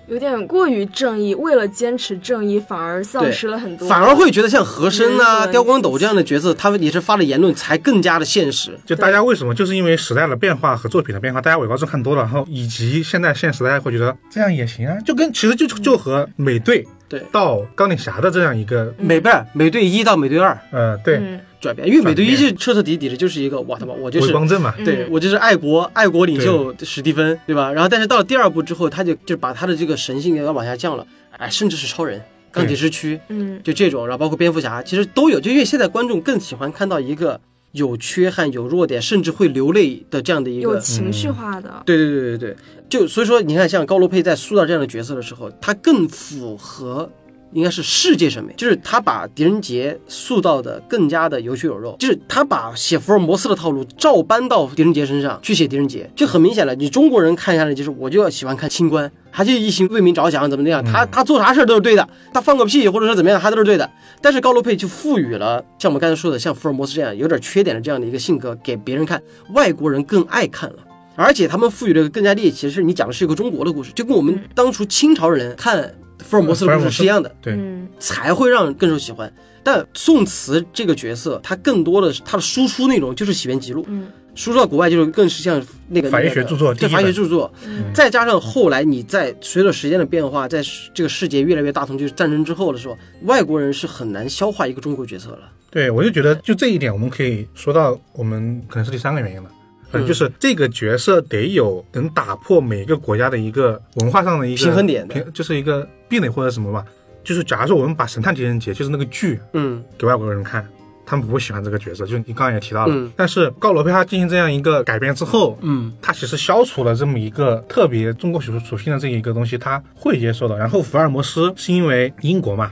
B: 有点过于正义，为了坚持正义反而丧失了很多，嗯
A: 反而会觉得像和珅
B: 人
A: 啊、
B: 文
A: 刁光斗这样的角色，他们也是发了言论才更加的现实。
C: 就大家为什么就是因为时代的变化和作品的变化，大家伪高中看多了，然后以及现在现时代会觉得这样也行啊，就跟其实就就和美队
A: 对，
C: 到钢铁侠的这样一个
A: 美不是美队一到美队二
C: 呃对
B: 嗯
A: 转变，因为美队一
C: 转变
A: 是彻彻底底的就是一个哇他妈我就
C: 伪
A: 是。
C: 光正嘛，
B: 嗯
A: 对我就是爱国爱国领袖史蒂芬，对吧？然后但是到了第二部之后，他就就把他的这个神性要往下降了，哎，甚至是超人、钢铁之躯，
B: 嗯
A: 就这种，然后包括蝙蝠侠，其实都有。就因为现在观众更喜欢看到一个有缺憾、有弱点，甚至会流泪的这样的一
B: 有
A: 个
B: 情绪化的，
A: 对对对对对，就所以说，你看像高罗佩在塑造这样的角色的时候，他更符合应该是世界审美，就是他把狄仁杰塑造的更加的有血有肉，就是他把写福尔摩斯的套路照搬到狄仁杰身上去写狄仁杰，就很明显了。你中国人看下来就是我就要喜欢看清官，他就一心为民着想，怎么怎么样，他他做啥事儿都是对的，他放个屁或者说怎么样，他都是对的。但是高罗佩就赋予了像我们刚才说的，像福尔摩斯这样有点缺点的这样的一个性格给别人看，外国人更爱看了。而且他们赋予了一个更加猎奇的是，你讲的是一个中国的故事，就跟我们当初清朝人看福尔摩斯的故事是一样的，
C: 对
B: 嗯
A: 才会让更受喜欢。但宋慈这个角色，他更多的是他的输出内容就是《洗冤集录》，
B: 嗯
A: 输出到国外就是更是像那个
C: 法医学著作
A: 对
C: 第一
A: 法医学
C: 本
A: 著作，
B: 嗯
A: 再加上后来你在随着时间的变化，在这个世界越来越大同，就是战争之后的时候，外国人是很难消化一个中国角色了。
C: 对，我就觉得就这一点，我们可以说到我们可能是第三个原因了。嗯，
A: 嗯
C: 就是这个角色得有能打破每个国家的一个文化上的一个
A: 平衡点的
C: 平就是一个壁垒或者什么吧。就是假如说我们把《神探狄仁杰》就是那个剧
A: 嗯，
C: 给外国人看，他们不会喜欢这个角色，就你刚刚也提到了。
A: 嗯
C: 但是高罗佩他进行这样一个改编之后，
A: 嗯，
C: 他其实消除了这么一个特别中国属属性的这一个东西，他会接受的。然后福尔摩斯是因为英国嘛，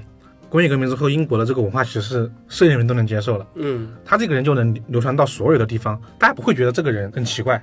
C: 工业革命之后，英国的这个文化其实是世界人民都能接受了。
A: 嗯，
C: 他这个人就能流传到所有的地方，大家不会觉得这个人很奇怪。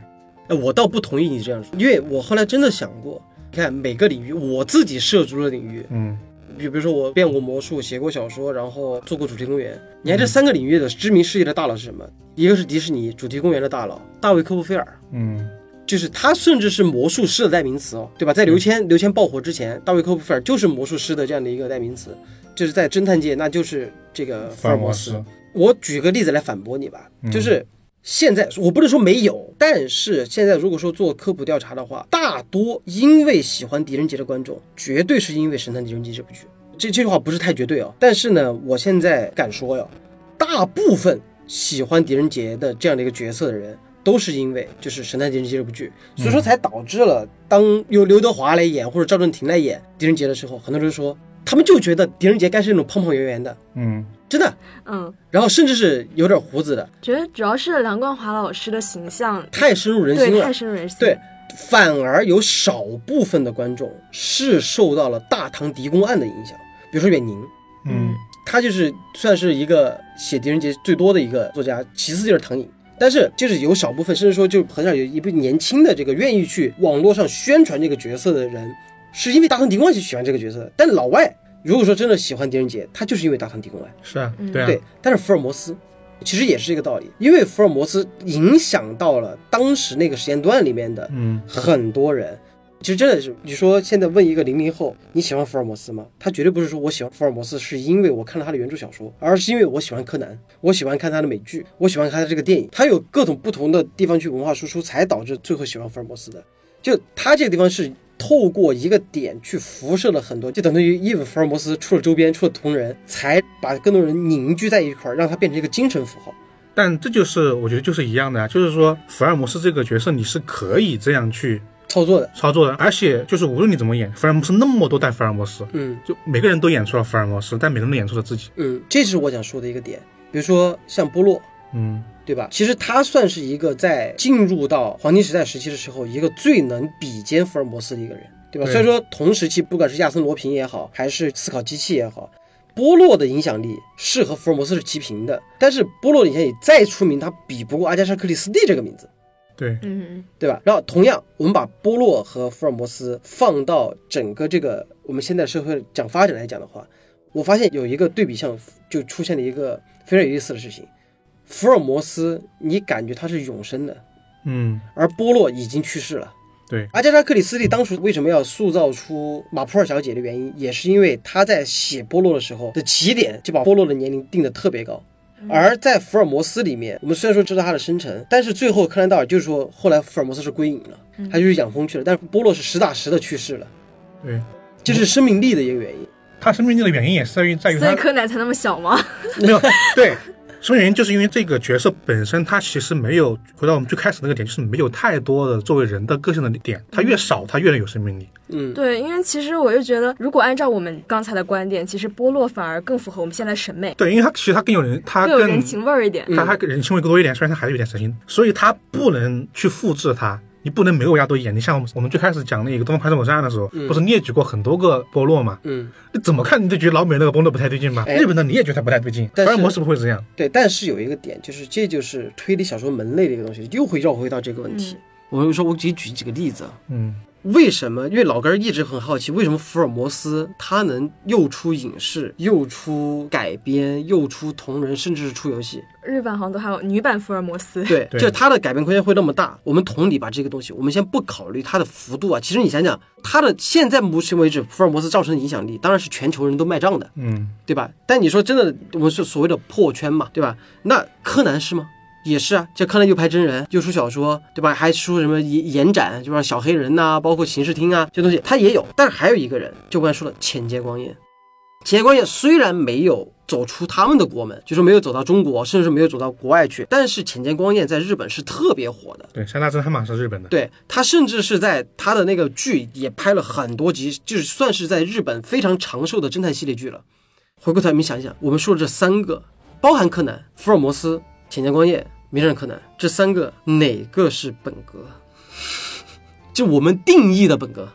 A: 哎，我倒不同意你这样说，因为我后来真的想过，你看每个领域，我自己涉足的领域，
C: 嗯，
A: 比比如说我变过魔术，写过小说，然后做过主题公园。你看这三个领域的知名世界的大佬是什么？一个是迪士尼主题公园的大佬大卫科波菲尔，
C: 嗯，
A: 就是他甚至是魔术师的代名词哦，对吧？在刘谦刘谦爆火之前，大卫科波菲尔就是魔术师的这样的一个代名词，就是在侦探界那就是这个福尔摩斯。我举个例子来反驳你吧，就是现在我不能说没有，但是现在如果说做科普调查的话，大多因为喜欢狄仁杰的观众，绝对是因为《神探狄仁杰》这部剧。这这句话不是太绝对啊，但是呢，我现在敢说呀，大部分喜欢狄仁杰的这样的一个角色的人，都是因为就是《神探狄仁杰》这部剧，所以说才导致了当由刘德华来演或者赵正廷来演狄仁杰的时候，很多人说他们就觉得狄仁杰该是那种胖胖圆圆的，
C: 嗯，
A: 真的，
B: 嗯，
A: 然后甚至是有点胡子的，
B: 觉得主要是梁冠华老师的形象，
A: 太深入人心
B: 对，太
A: 了。
B: 深入人心。
A: 对，，反而有少部分的观众是受到了《大唐狄公案》的影响，比如说远宁，
C: 嗯，
A: 他就是算是一个写狄仁杰最多的一个作家，其次就是唐寅。但是就是有少部分，甚至说就很少有一部年轻的这个愿意去网络上宣传这个角色的人，是因为《大唐狄公案》去喜欢这个角色的。但老外如果说真的喜欢狄仁杰，他就是因为《大唐狄公案》。
C: 是啊
B: 嗯，
C: 对啊，
A: 对，但是福尔摩斯其实也是这个道理，因为福尔摩斯影响到了当时那个时间段里面的
C: 嗯，
A: 很多人。其实真的是，你说现在问一个零零后，你喜欢福尔摩斯吗？他绝对不是说我喜欢福尔摩斯是因为我看了他的原著小说，而是因为我喜欢柯南，我喜欢看他的美剧，我喜欢看他这个电影，他有各种不同的地方去文化输出，才导致最后喜欢福尔摩斯的。就他这个地方是透过一个点去辐射了很多，就等同于伊本福尔摩斯出了周边，出了同人，才把更多人凝聚在一块儿，让他变成一个精神符号。
C: 但这就是我觉得就是一样的啊，就是说福尔摩斯这个角色你是可以这样去
A: 操作的，
C: 操作的，而且就是无论你怎么演，福尔摩斯那么多代福尔摩斯，
A: 嗯
C: 就每个人都演出了福尔摩斯，但每个人都演出了自己，
A: 嗯，这是我想说的一个点。比如说像波洛，
C: 嗯，
A: 对吧？其实他算是一个在进入到黄金时代时期的时候，一个最能比肩福尔摩斯的一个人，对吧？
C: 对
A: 虽然说同时期，不管是亚森罗平也好，还是思考机器也好，波洛的影响力是和福尔摩斯是齐平的，但是波洛的影响力再出名，他比不过阿加莎·克里斯蒂这个名字。
C: 对，
B: 嗯，
A: 对吧？然后同样，我们把波洛和福尔摩斯放到整个这个我们现在社会讲发展来讲的话，我发现有一个对比项就出现了一个非常有意思的事情：福尔摩斯，你感觉他是永生的，
C: 嗯，
A: 而波洛已经去世了。
C: 对，
A: 阿加莎·克里斯蒂当初为什么要塑造出马普尔小姐的原因，也是因为她在写波洛的时候的起点就把波洛的年龄定得特别高。而在福尔摩斯里面，我们虽然说知道他的生辰，但是最后柯南道尔就是说，后来福尔摩斯是归隐了，他就是养蜂去了，但是波洛是实打实的去世了，
C: 对，
A: 这是生命力的一个原因。
C: 他生命力的原因也是在于
A: 嗯
C: 在于
B: 所以
C: 他
B: 柯南才那么小吗？
C: 没有对，什么原因？就是因为这个角色本身，他其实没有回到我们最开始那个点，就是没有太多的作为人的个性的点，他越少，他越有生命力。
A: 嗯，
B: *laughs* 对，因为其实我就觉得，如果按照我们刚才的观点，其实波洛反而更符合我们现在审美，
C: 对，因为他其实他更有人，他
B: 更
C: 更
B: 有人情味儿一点。
C: 他还人情味更多一点，虽然他还是有点神经，所以他不能去复制他。你不能每个国家都演。你像我们我们最开始讲那个《东方快车谋杀案》的时候，不是列举过很多个波洛嘛？
A: 嗯，
C: 你怎么看你就觉得老美那个波洛不太对劲嘛？
A: 哎
C: 日本的你也觉得他不太对劲，福
A: 但是
C: 尔摩斯不会这样。
A: 对。但是有一个点，就是这就是推理小说门类的一个东西，又会绕回到这个问题。我就说，我给举几个例子啊，
C: 嗯，
A: 为什么？因为老根儿一直很好奇，为什么福尔摩斯他能又出影视，又出改编，又出同人，甚至是出游戏？
B: 日版好像都还有女版福尔摩斯，
A: 对，
C: 对
A: 就他的改编空间会那么大。我们同理吧，这个东西，我们先不考虑它的幅度啊。其实你想想，他的现在目前为止，福尔摩斯造成的影响力，当然是全球人都卖账的，
C: 嗯，
A: 对吧？但你说真的，我们是所谓的破圈嘛，对吧？那柯南是吗？也是啊，这柯南又拍真人，又出小说，对吧？还出什么延延展，就是小黑人呐、包括刑事厅啊，这东西他也有。但是还有一个人，就我刚才说的浅见光彦，浅见光彦虽然没有走出他们的国门，就是没有走到中国，甚至是没有走到国外去，但是浅见光彦在日本是特别火的。
C: 对，山大侦探嘛是日本的，
A: 对他甚至是在他的那个剧也拍了很多集，就是算是在日本非常长寿的侦探系列剧了。回过头来，你们想一想，我们说的这三个，包含柯南、福尔摩斯、浅见光彦、名侦探柯南这三个，哪个是本格？就我们定义的本格，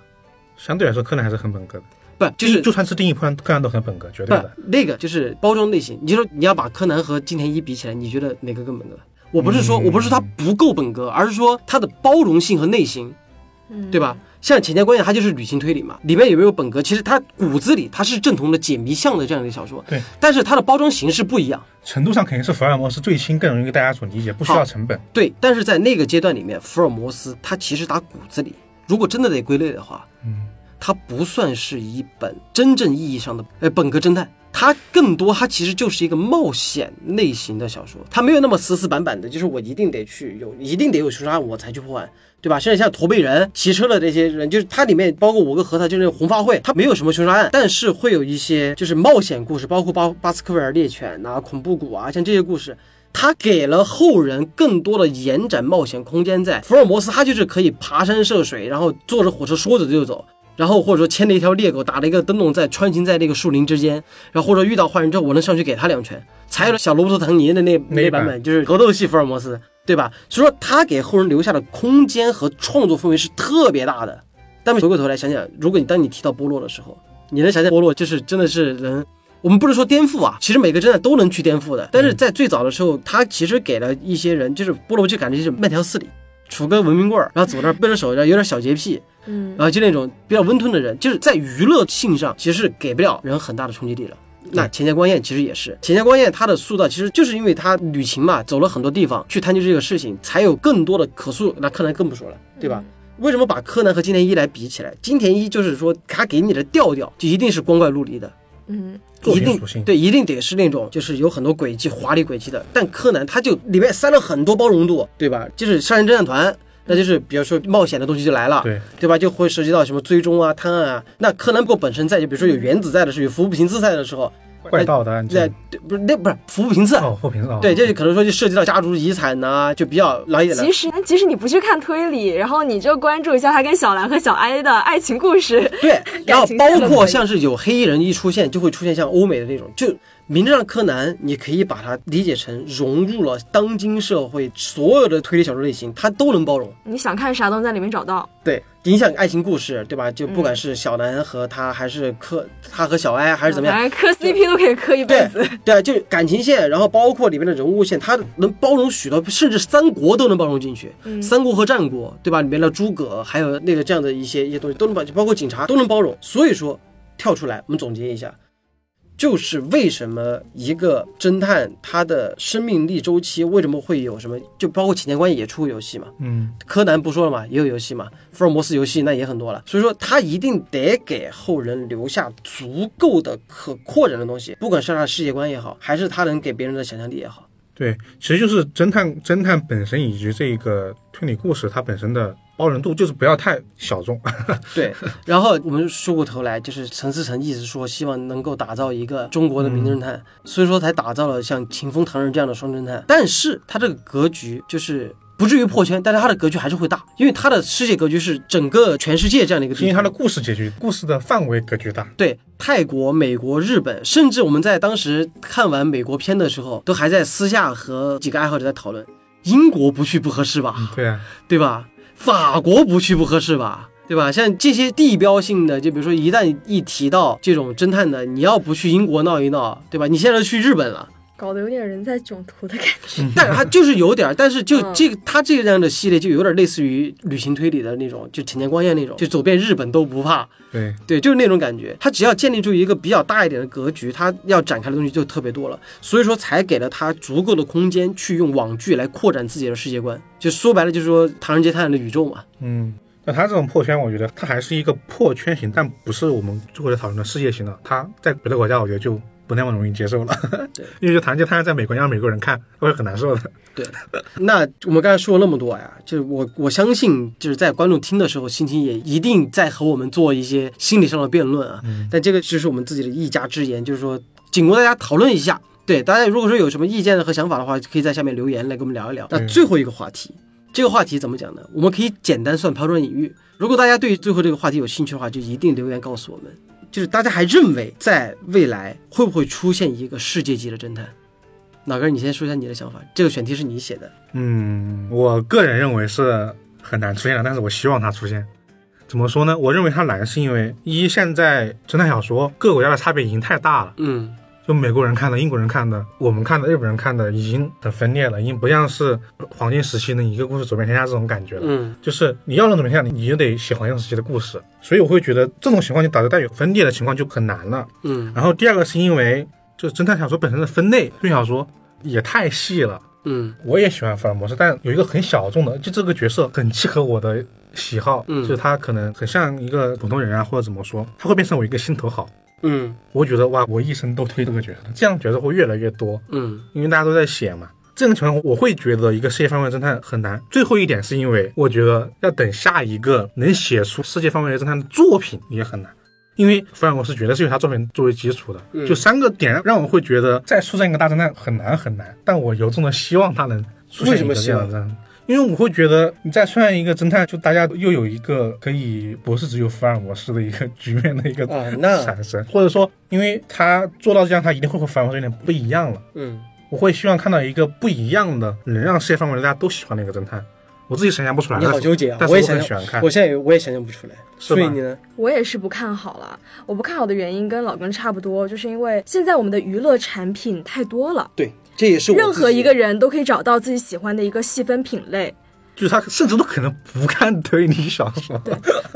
C: 相对来说柯南还是很本格的，
A: 不就是
C: 就算是定义，柯南柯南都很本格，绝
A: 不
C: 对的。
A: 那个就是包装类型。你说你要把柯南和金田一比起来，你觉得哪个更本格？我不是
C: 嗯
A: 说、我不是说它不够本格，而是说它的包容性和内心
B: 嗯
A: 对吧？像《浅见观念》，它就是旅行推理嘛，里面有没有本格？其实它骨子里它是正统的解谜向的这样的一个小说，
C: 对，
A: 但是它的包装形式不一样，
C: 程度上肯定是福尔摩斯最新，更容易给大家所理解，不需
A: 好
C: 要成本。
A: 对。但是在那个阶段里面，福尔摩斯它其实打骨子里，如果真的得归类的话，
C: 嗯，
A: 它不算是一本真正意义上的呃本格侦探，它更多它其实就是一个冒险类型的小说，它没有那么死死板板的，就是我一定得去有，一定得有凶杀案我才去破案。对吧？甚至像驼背人、骑车的这些人，就是它里面包括五个核桃，就是那个红发会，它没有什么凶杀案，但是会有一些就是冒险故事，包括巴巴斯克维尔猎犬呐、恐怖谷啊，像这些故事，它给了后人更多的延展冒险空间在。福尔摩斯他就是可以爬山涉水，然后坐着火车说走就走，然后或者说牵着一条猎狗，打了一个灯笼在穿行在那个树林之间，然后或者遇到坏人之后，我能上去给他两拳，才有了小罗伯特·唐尼的那 *laughs*
C: 那
A: 那
C: 一版
A: 版本，就是格斗系福尔摩斯，对吧？所以说他给后人留下的空间和创作氛围是特别大的。但回过头来想想，如果你当你提到波洛的时候，你能想象波洛就是真的是能。我们不是说颠覆啊，其实每个侦探都能去颠覆的。但是在最早的时候，他其实给了一些人，就是波洛就感觉就是慢条斯理，杵个文明棍儿，然后走那儿背着手，然后有点小洁癖，
B: 嗯，
A: 啊然后就那种比较温吞的人，就是在娱乐性上其实是给不了人很大的冲击力了。那钱家光彦其实也是，钱家光彦他的塑造其实就是因为他旅行嘛，走了很多地方去探究这个事情，才有更多的可塑。那柯南更不说了，对吧？为什么把柯南和金田一来比起来？金田一就是说他给你的调调就一定是光怪陆离的，
B: 嗯？
C: 作
A: 一
C: 品
A: 定
C: 属性
A: 对，一定得是那种就是有很多轨迹、华丽轨迹的。但柯南他就里面塞了很多包容度，对吧？就是少年侦探团，那就是比如说冒险的东西就来了，
C: 对
A: 对吧？就会涉及到什么追踪啊、探案啊。那柯南不过本身在，就比如说有原子在的时候，有服部平次在的时候，
C: 怪盗的案
A: 那
C: 件
A: 对不是那不是服部平次，
C: 嗯哦，后平哦，
A: 对，这就可能说就涉及到家族遗产呐、就比较老一点的
B: 其。实，即使你不去看推理，然后你就关注一下他跟小兰和小哀的爱情故事，
A: *laughs* 对，然后
B: 情
A: 包
B: 线都可
A: 括
B: 以
A: 像是有黑衣人一出现，就会出现像欧美的那种，就《名侦探柯南》，你可以把它理解成融入了当今社会所有的推理小说类型，它都能包容。
B: 你想看啥都能在里面找到。
A: 对，影响爱情故事，对吧？就不
B: 嗯
A: 管是小南和他，还是柯，他和小哀，还是怎么样
B: 反，正磕 CP 都可以磕一辈
A: 对
B: 子。
A: 对啊，就是感情线，然后包括里面的人物线，它能包容许多，甚至三国都能包容进去。
B: 嗯
A: 三国和战国，对吧？里面的诸葛，还有那个这样的一些一些东西，都能包，包括警察都能包容。所以说，跳出来，我们总结一下，就是为什么一个侦探他的生命力周期为什么会有什么，就包括《前关也出过游戏嘛，
C: 嗯，
A: 柯南不说了嘛，也有游戏嘛，福尔摩斯游戏那也很多了，所以说他一定得给后人留下足够的可扩展的东西，不管是他的世界观也好，还是他能给别人的想象力也好。
C: 对，其实就是侦探侦探本身以及这个推理故事它本身的包容度，就是不要太
A: *laughs*
C: 小众。 *laughs*
A: 对，然后我们说过头来，就是陈思诚一直说希望能够打造一个中国的名侦探，
C: 嗯
A: 所以说才打造了像秦风、唐人这样的双侦探。但是他这个格局就是。不至于破圈，但是他的格局还是会大，因为他的世界格局是整个全世界这样的一个地
C: 是
A: 图。
C: 因为它的故事结局、故事的范围格局大。
A: 对泰国、美国、日本，甚至我们在当时看完美国片的时候，都还在私下和几个爱好者在讨论，英国不去不合适吧，
C: 对啊，
A: 对吧？法国不去不合适吧，对吧？像这些地标性的，就比如说一旦一提到这种侦探的，你要不去英国闹一闹，对吧？你现在都去日本了。
B: 搞得有点人在囧途的感觉。
A: 但是它就是有点儿，但是就
B: 嗯
A: 这个它这样的系列就有点类似于旅行推理的那种，就浅见光彦那种，就走遍日本都不怕，
C: 对，
A: 对，就是那种感觉。他只要建立出一个比较大一点的格局，他要展开的东西就特别多了，所以说才给了他足够的空间去用网剧来扩展自己的世界观。就说白了，就是说《唐人街探案》的宇宙嘛。
C: 嗯，那它这种破圈，我觉得它还是一个破圈型，但不是我们最后来讨论的世界型的。它在别的国家，我觉得就不那么容易接受了。
A: 对，
C: *laughs* 因为就《唐人街探案》在美国让美国人看，会很难受的。
A: 对， *laughs* 那我们刚才说了那么多呀，就是我我相信，就是在观众听的时候，心情也一定在和我们做一些心理上的辩论啊。但这个只是我们自己的一家之言，就是说仅供大家讨论一下。对，大家如果说有什么意见和想法的话，可以在下面留言来跟我们聊一聊。那
C: 嗯
A: 最后一个话题，这个话题怎么讲呢？我们可以简单算抛砖引玉。如果大家对最后这个话题有兴趣的话，就一定留言告诉我们。就是大家还认为在未来会不会出现一个世界级的侦探？老根儿，你先说一下你的想法。这个选题是你写的，
C: 嗯，我个人认为是很难出现的，但是我希望它出现。怎么说呢？我认为它难是因为一，现在侦探小说各个国家的差别已经太大了，
A: 嗯
C: 就美国人看的、英国人看的、我们看的、日本人看的已经很分裂了，已经不像是黄金时期的一个故事走遍天下这种感觉了。
A: 嗯，
C: 就是你要让怎么样，你就得写黄金时期的故事，所以我会觉得这种情况就导致带有分裂的情况就很难了。
A: 嗯
C: 然后第二个是因为，就是侦探小说本身的分类，推理小说也太细了。
A: 嗯
C: 我也喜欢福尔摩斯，但有一个很小众的，就这个角色很契合我的喜好，
A: 嗯
C: 就是他可能很像一个普通人啊，或者怎么说，他会变成我一个心头好。
A: 嗯
C: 我觉得哇，我一生都推这个角色，这样角色会越来越多，
A: 嗯
C: 因为大家都在写嘛。这种情况我会觉得一个世界范围的侦探很难。最后一点是因为我觉得要等下一个能写出世界范围的侦探的作品也很难。因为福尔摩斯绝对是有他作品作为基础的，
A: 嗯
C: 就三个点让我会觉得再出现一个大侦探很难很难，但我由衷的希望他能出现一个这样的侦探，因为我会觉得你再出现一个侦探，就大家又有一个可以不是只有福尔摩斯的一个局面的一个
A: 啊，那
C: 产生，或者说，因为他做到这样，他一定会和反方有点不一样了。
A: 嗯
C: 我会希望看到一个不一样的，能让世界范围内大家都喜欢的一个侦探。我自己想象不出来，
A: 你好纠结啊
C: 但是
A: 我也
C: 但是我很
A: 想
C: 喜欢看
A: 我，现在也我也想象不出来，
C: 是
A: 所以
C: 吧
A: 你？呢？
B: 我也是不看好了。我不看好的原因跟老根差不多，就是因为现在我们的娱乐产品太多了，
A: 对，这也是我
B: 任
A: 自
B: 何
A: 己
B: 一个人都可以找到自己喜欢的一个细分品
A: *laughs*
B: 类。
C: 就是他甚至都可能不看推理小
A: *laughs*
C: 说，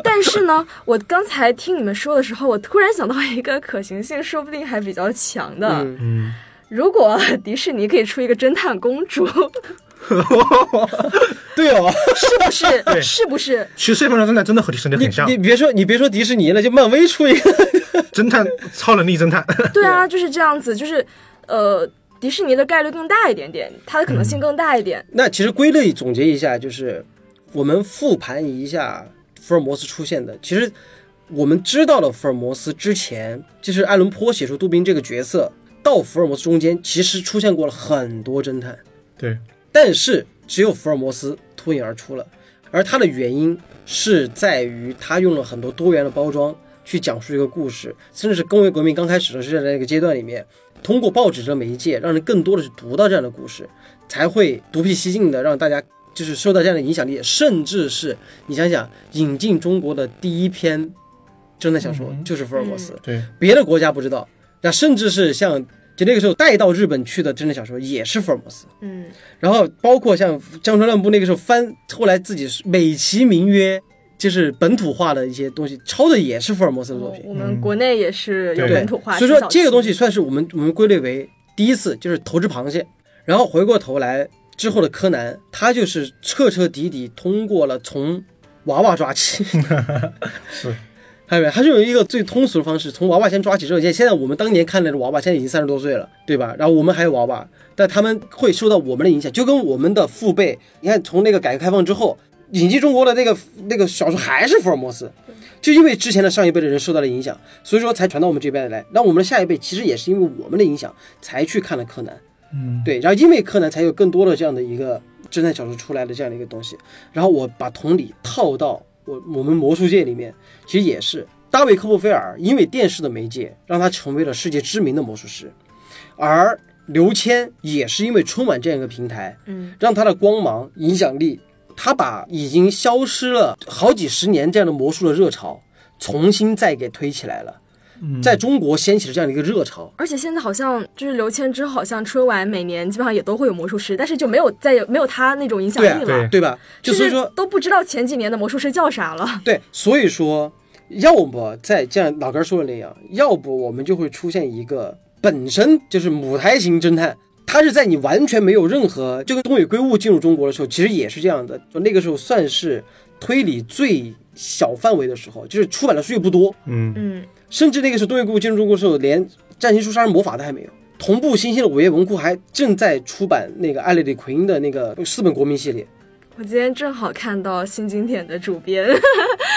B: 但是呢，我刚才听你们说的时候，我突然想到一个可行性说不定还比较强的，
A: 嗯
C: 嗯，
B: 如果迪士尼可以出一个侦探公主， *laughs*
A: 对哦，
B: 是不
C: 对
B: 是？是不是？
C: 其实世界范围内侦探真的和迪士尼
A: 你
C: *laughs* 很像
A: 你，别说你别说迪士尼了，就漫威出一
C: *laughs*
A: 个，
C: 侦探超能
A: *laughs*
C: 力侦探，
B: 对啊，就是这样子，就是呃，迪士尼的概率更大一点点，它的可能
A: 嗯
B: 性更大一点。
A: 那其实归类总结一下，就是我们复盘一下福尔摩斯出现的。其实我们知道了福尔摩斯之前，就是爱伦坡写出杜宾这个角色到福尔摩斯中间，其实出现过了很多侦探，
C: 对，
A: 但是只有福尔摩斯脱颖而出了。而它的原因是在于他用了很多多元的包装去讲述一个故事，甚至是工业革命刚开始的这样的一个阶段里面，通过报纸这媒介，让人更多的去读到这样的故事，才会独辟蹊径的让大家就是受到这样的影响力，甚至是你想想引进中国的第一篇侦探小说
C: 嗯
A: 就是福尔摩斯，
C: 对，
A: 别的国家不知道，那甚至是像就那个时候带到日本去的侦探小说也是福尔摩斯。
B: 嗯，
A: 然后包括像江川乱步那个时候翻，后来自己美其名曰就是本土化的一些东西，抄的也是福尔摩斯的作品。
B: 哦我们国内也是有
C: 对
B: 本土化，
A: 所以说
B: 挺早期
A: 这个东西算是我们我们归类为第一次就是投掷螃蟹，然后回过头来之后的柯南，他就是彻彻底底通过了从娃娃抓起，看
C: 是，
A: 到没有？他就有一个最通俗的方式，从娃娃先抓起之后，现现在我们当年看的娃娃，现在已经三十多岁了，对吧？然后我们还有娃娃，但他们会受到我们的影响，就跟我们的父辈，你看从那个改革开放之后。引进中国的那个那个小说还是福尔摩斯，就因为之前的上一辈的人受到了影响，所以说才传到我们这边来。那我们的下一辈其实也是因为我们的影响才去看了柯南，
C: 嗯，
A: 对，然后因为柯南才有更多的这样的一个侦探小说出来的这样的一个东西。然后我把同理套到我我们魔术界里面，其实也是大卫科波菲尔因为电视的媒介让他成为了世界知名的魔术师，而刘谦也是因为春晚这样一个平台，
B: 嗯，
A: 让他的光芒影响力，他把已经消失了好几十年这样的魔术的热潮重新再给推起来了。在中国掀起了这样的一个热潮，
B: 而且现在好像就是刘谦之后，好像春晚每年基本上也都会有魔术师，但是就没有再有没有他那种影响力
C: 对
B: 了
C: 啊。
A: 对吧？就所
B: 甚至
A: 以说，
B: 都不知道前几年的魔术师叫啥了。
A: 对，所以说，要么在像老根儿说的那样，要不我们就会出现一个本身就是母胎型侦探。他是在你完全没有任何，就跟东野圭吾进入中国的时候，其实也是这样的。就那个时候算是推理最小范围的时候，就是出版的书又不多，
C: 嗯，
B: 嗯，
A: 甚至那个时候东野圭吾进入中国的时候，连《战情书杀人魔法》都还没有。同步新兴的午夜文库还正在出版那个艾丽丽奎因的那个四本国民系列，
B: 我今天正好看到新经典的主编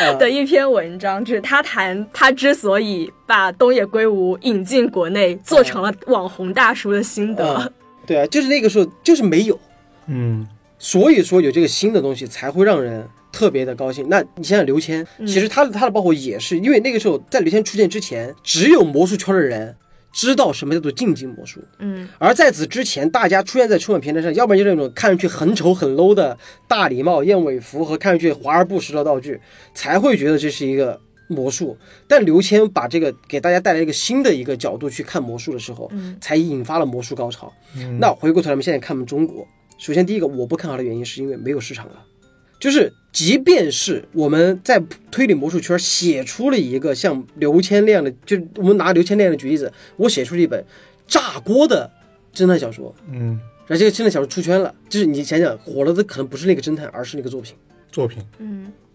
A: 呃
B: *laughs* 的一篇文章，就是他谈他之所以把东野圭吾引进国内，做成了网红大叔的心
A: 呃
B: 得。
A: 对啊，就是那个时候就是没有，
C: 嗯，
A: 所以说有这个新的东西才会让人特别的高兴。那你想想刘谦，其实他的他的爆火也是因为那个时候在刘谦出现之前，只有魔术圈的人知道什么叫做竞技魔术，
B: 嗯，
A: 而在此之前，大家出现在春晚平台上，要不然就是那种看上去很丑很 low 的大礼帽、燕尾服和看上去华而不实的道具，才会觉得这是一个魔术。但刘谦把这个给大家带来一个新的一个角度去看魔术的时候，才引发了魔术高潮。那回过头来，我们现在看我们中国，首先第一个我不看好的原因是因为没有市场了，就是即便是我们在推理魔术圈写出了一个像刘谦那样的，就我们拿刘谦那样的举例子，我写出了一本炸锅的侦探小说，
C: 嗯，
A: 然后这个侦探小说出圈了，就是你想想火了的可能不是那个侦探，而是那个作品，
C: 作品，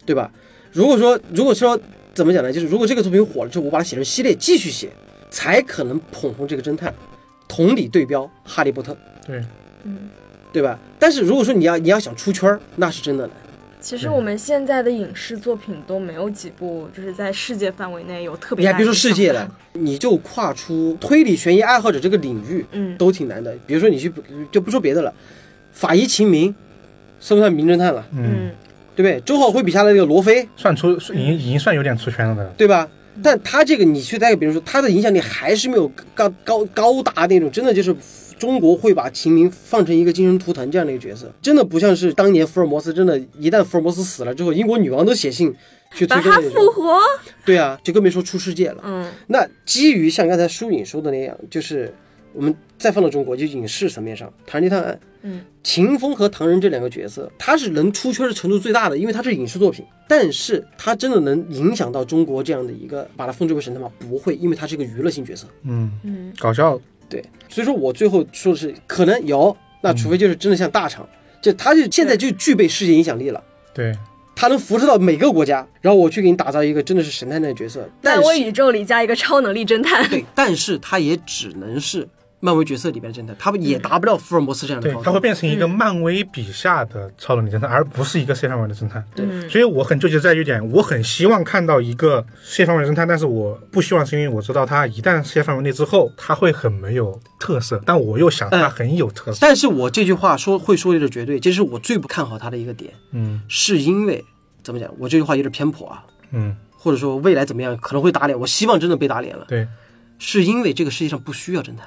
A: 对吧？如果说如果说怎么讲呢，就是如果这个作品火了之后，我把它写成系列继续写，才可能捧红这个侦探。同理对标《哈利波特》，
C: 对，
B: 嗯，
A: 对吧？但是如果说你要你要想出圈儿，那是真的难。
B: *laughs* 其实我们现在的影视作品都没有几部，就是在世界范围内有特别
A: 你
B: 大
A: 还
B: 影响的。
A: 别说世界了，你就跨出推理悬疑爱好者这个领域，
B: 嗯，
A: 都挺难的。比如说你去，就不说别的了，法医秦明算不算名侦探了？
C: 嗯，
B: 嗯，
A: 对不对？周浩辉笔下的那个罗非，
C: 算出已经已经算有点出圈了的，
A: 对吧？但他这个你去带给别人说，他的影响力还是没有高高高达那种，真的就是中国会把秦明放成一个精神图腾这样的一个角色，真的不像是当年福尔摩斯，真的，一旦福尔摩斯死了之后，英国女王都写信去
B: 把
A: 催更
B: 它
A: 那
B: 复
A: 种，
B: 活。
A: 对啊，就更别说出世界了。
B: 嗯
A: 那基于像刚才舒颖说的那样，就是我们再放到中国，就影视层面上，《唐人街探案》，
B: 嗯，
A: 秦风和唐人这两个角色，他是能出圈的程度最大的，因为他是影视作品。但是他真的能影响到中国这样的一个，把他奉之为神的吗？不会，因为他是一个娱乐性角色。
C: 嗯，
B: 嗯
C: 搞笑，
A: 对，嗯所以说我最后说的是，可能有，那除非就是真的像大厂，就他就现在就具备世界影响力了。
C: 对，
A: 他能辐射到每个国家，然后我去给你打造一个真的是神探那角色，但
B: 漫威
A: 是
B: 宇宙里加一个超能力侦探。
A: 对，但是他也只能是漫威角色里边的侦探，他也达不了福尔摩斯这样的
C: 嗯对嗯
A: 高，度。
C: 他会变成一个漫威笔下的超能力侦探，而不是一个世界范围的侦探。
A: 对
B: 嗯
C: 所以我很纠结在一点，我很希望看到一个世界范围的侦探，但是我不希望是因为我知道他一旦世界范围内之后，他会很没有特色，但我又想他很有特色。
A: 但是我这句话说会说的绝对，这是我最不看好他的一个点，
C: 嗯
A: 是因为怎么讲？我这句话有点偏颇啊，
C: 嗯，
A: 或者说未来怎么样可能会打脸，我希望真的被打脸了，
C: 对，
A: 是因为这个世界上不需要侦探。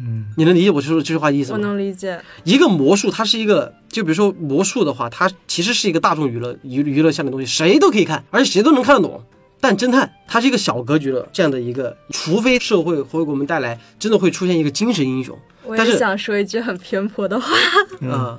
C: 嗯
A: 你能理解我说的这句话的意思
B: 我
A: 吗？
B: 能理解，
A: 一个魔术，它是一个，就比如说魔术的话，它其实是一个大众娱乐娱娱乐项的东西，谁都可以看，而且谁都能看得懂。但侦探，它是一个小格局的这样的一个，除非社会会给我们带来真的会出现一个精神英雄，
B: 我
A: 但
B: 也
A: 是
B: 想说一句很偏颇的话。 *laughs*
A: 嗯、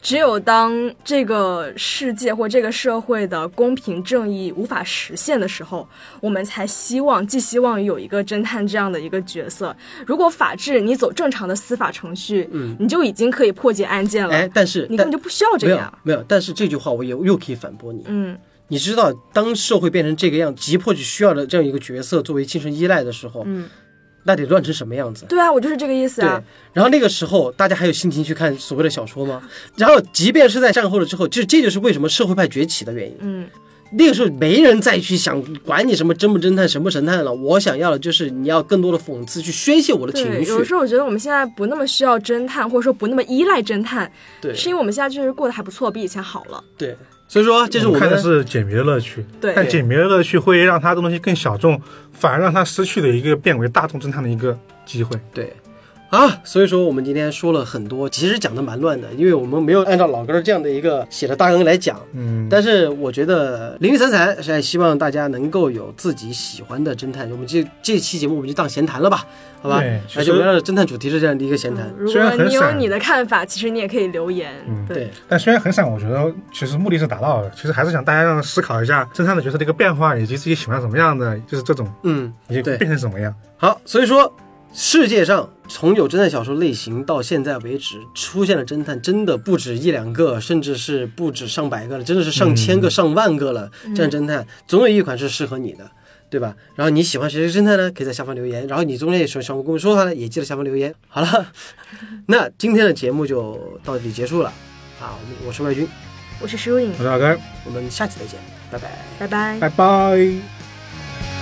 B: 只有当这个世界或这个社会的公平正义无法实现的时候，我们才希望寄希望于有一个侦探这样的一个角色。如果法治你走正常的司法程序，嗯，你就已经可以破解案件了，
A: 哎，但是
B: 你根
A: 但
B: 本就不需要这
A: 没有
B: 样。
A: 没有，但是这句话我也又可以反驳你。
B: 嗯
A: 你知道，当社会变成这个样，急迫去需要的这样一个角色作为精神依赖的时候，
B: 嗯，
A: 那得乱成什么样子？
B: 对啊，我就是这个意思
A: 对
B: 啊。，
A: 然后那个时候大家还有心情去看所谓的小说吗？然后，即便是在战后了之后，就这就是为什么社会派崛起的原因。
B: 嗯，
A: 那个时候没人再去想管你什么侦不侦探、神不神探了。我想要的就是你要更多的讽刺，去宣泄我的情
B: 对，有时
A: 绪。
B: 候我觉得我们现在不那么需要侦探，或者说不那么依赖侦探，
A: 对
B: 是因为我们现在确实过得还不错，比以前好了。
A: 对，所以说这是
C: 我
A: 我
C: 们
A: 们
C: 看的是解谜的乐趣，
B: 对
C: 但解谜的乐趣会让他的东西更小众，反而让他失去了一个变为大众侦探的一个机会。
A: 对。啊，所以说我们今天说了很多，其实讲的蛮乱的，因为我们没有按照老哥这样的一个写的大纲来讲。
C: 嗯，
A: 但是我觉得零零散散是希望大家能够有自己喜欢的侦探。我们这这期节目我们就当闲谈了吧，好吧
C: 对？
A: 那
C: 其
A: 就
C: 实
A: 围绕着侦探主题是这样的一个闲谈
B: 嗯。如
C: 虽然
B: 果
C: 很
B: 你有
C: 散
B: 你的看法，其实你也可以留言。
C: 嗯
A: 对，
C: 但虽然很散，我觉得其实目的是达到了，其实还是想大家让思考一下侦探的角色的一个变化，以及自己喜欢什么样的，就是这种
A: 嗯，
C: 已经
A: 对
C: 变成什么样。
A: 好，所以说世界上从有侦探小说类型到现在为止，出现的侦探真的不止一两个，甚至是不止上百个了，真的是上千个、上万个了。这样侦探总有一款是适合你的。对吧？然后你喜欢谁是侦探呢？可以在下方留言。然后你中间也想想跟我们说话呢，也记得下方留言。好了，那今天的节目就到这里结束了啊！我们我是外军，
B: 我是石如影
C: 我，是老根，
A: 我们下期再见，拜拜。
B: 拜拜。
C: 拜拜。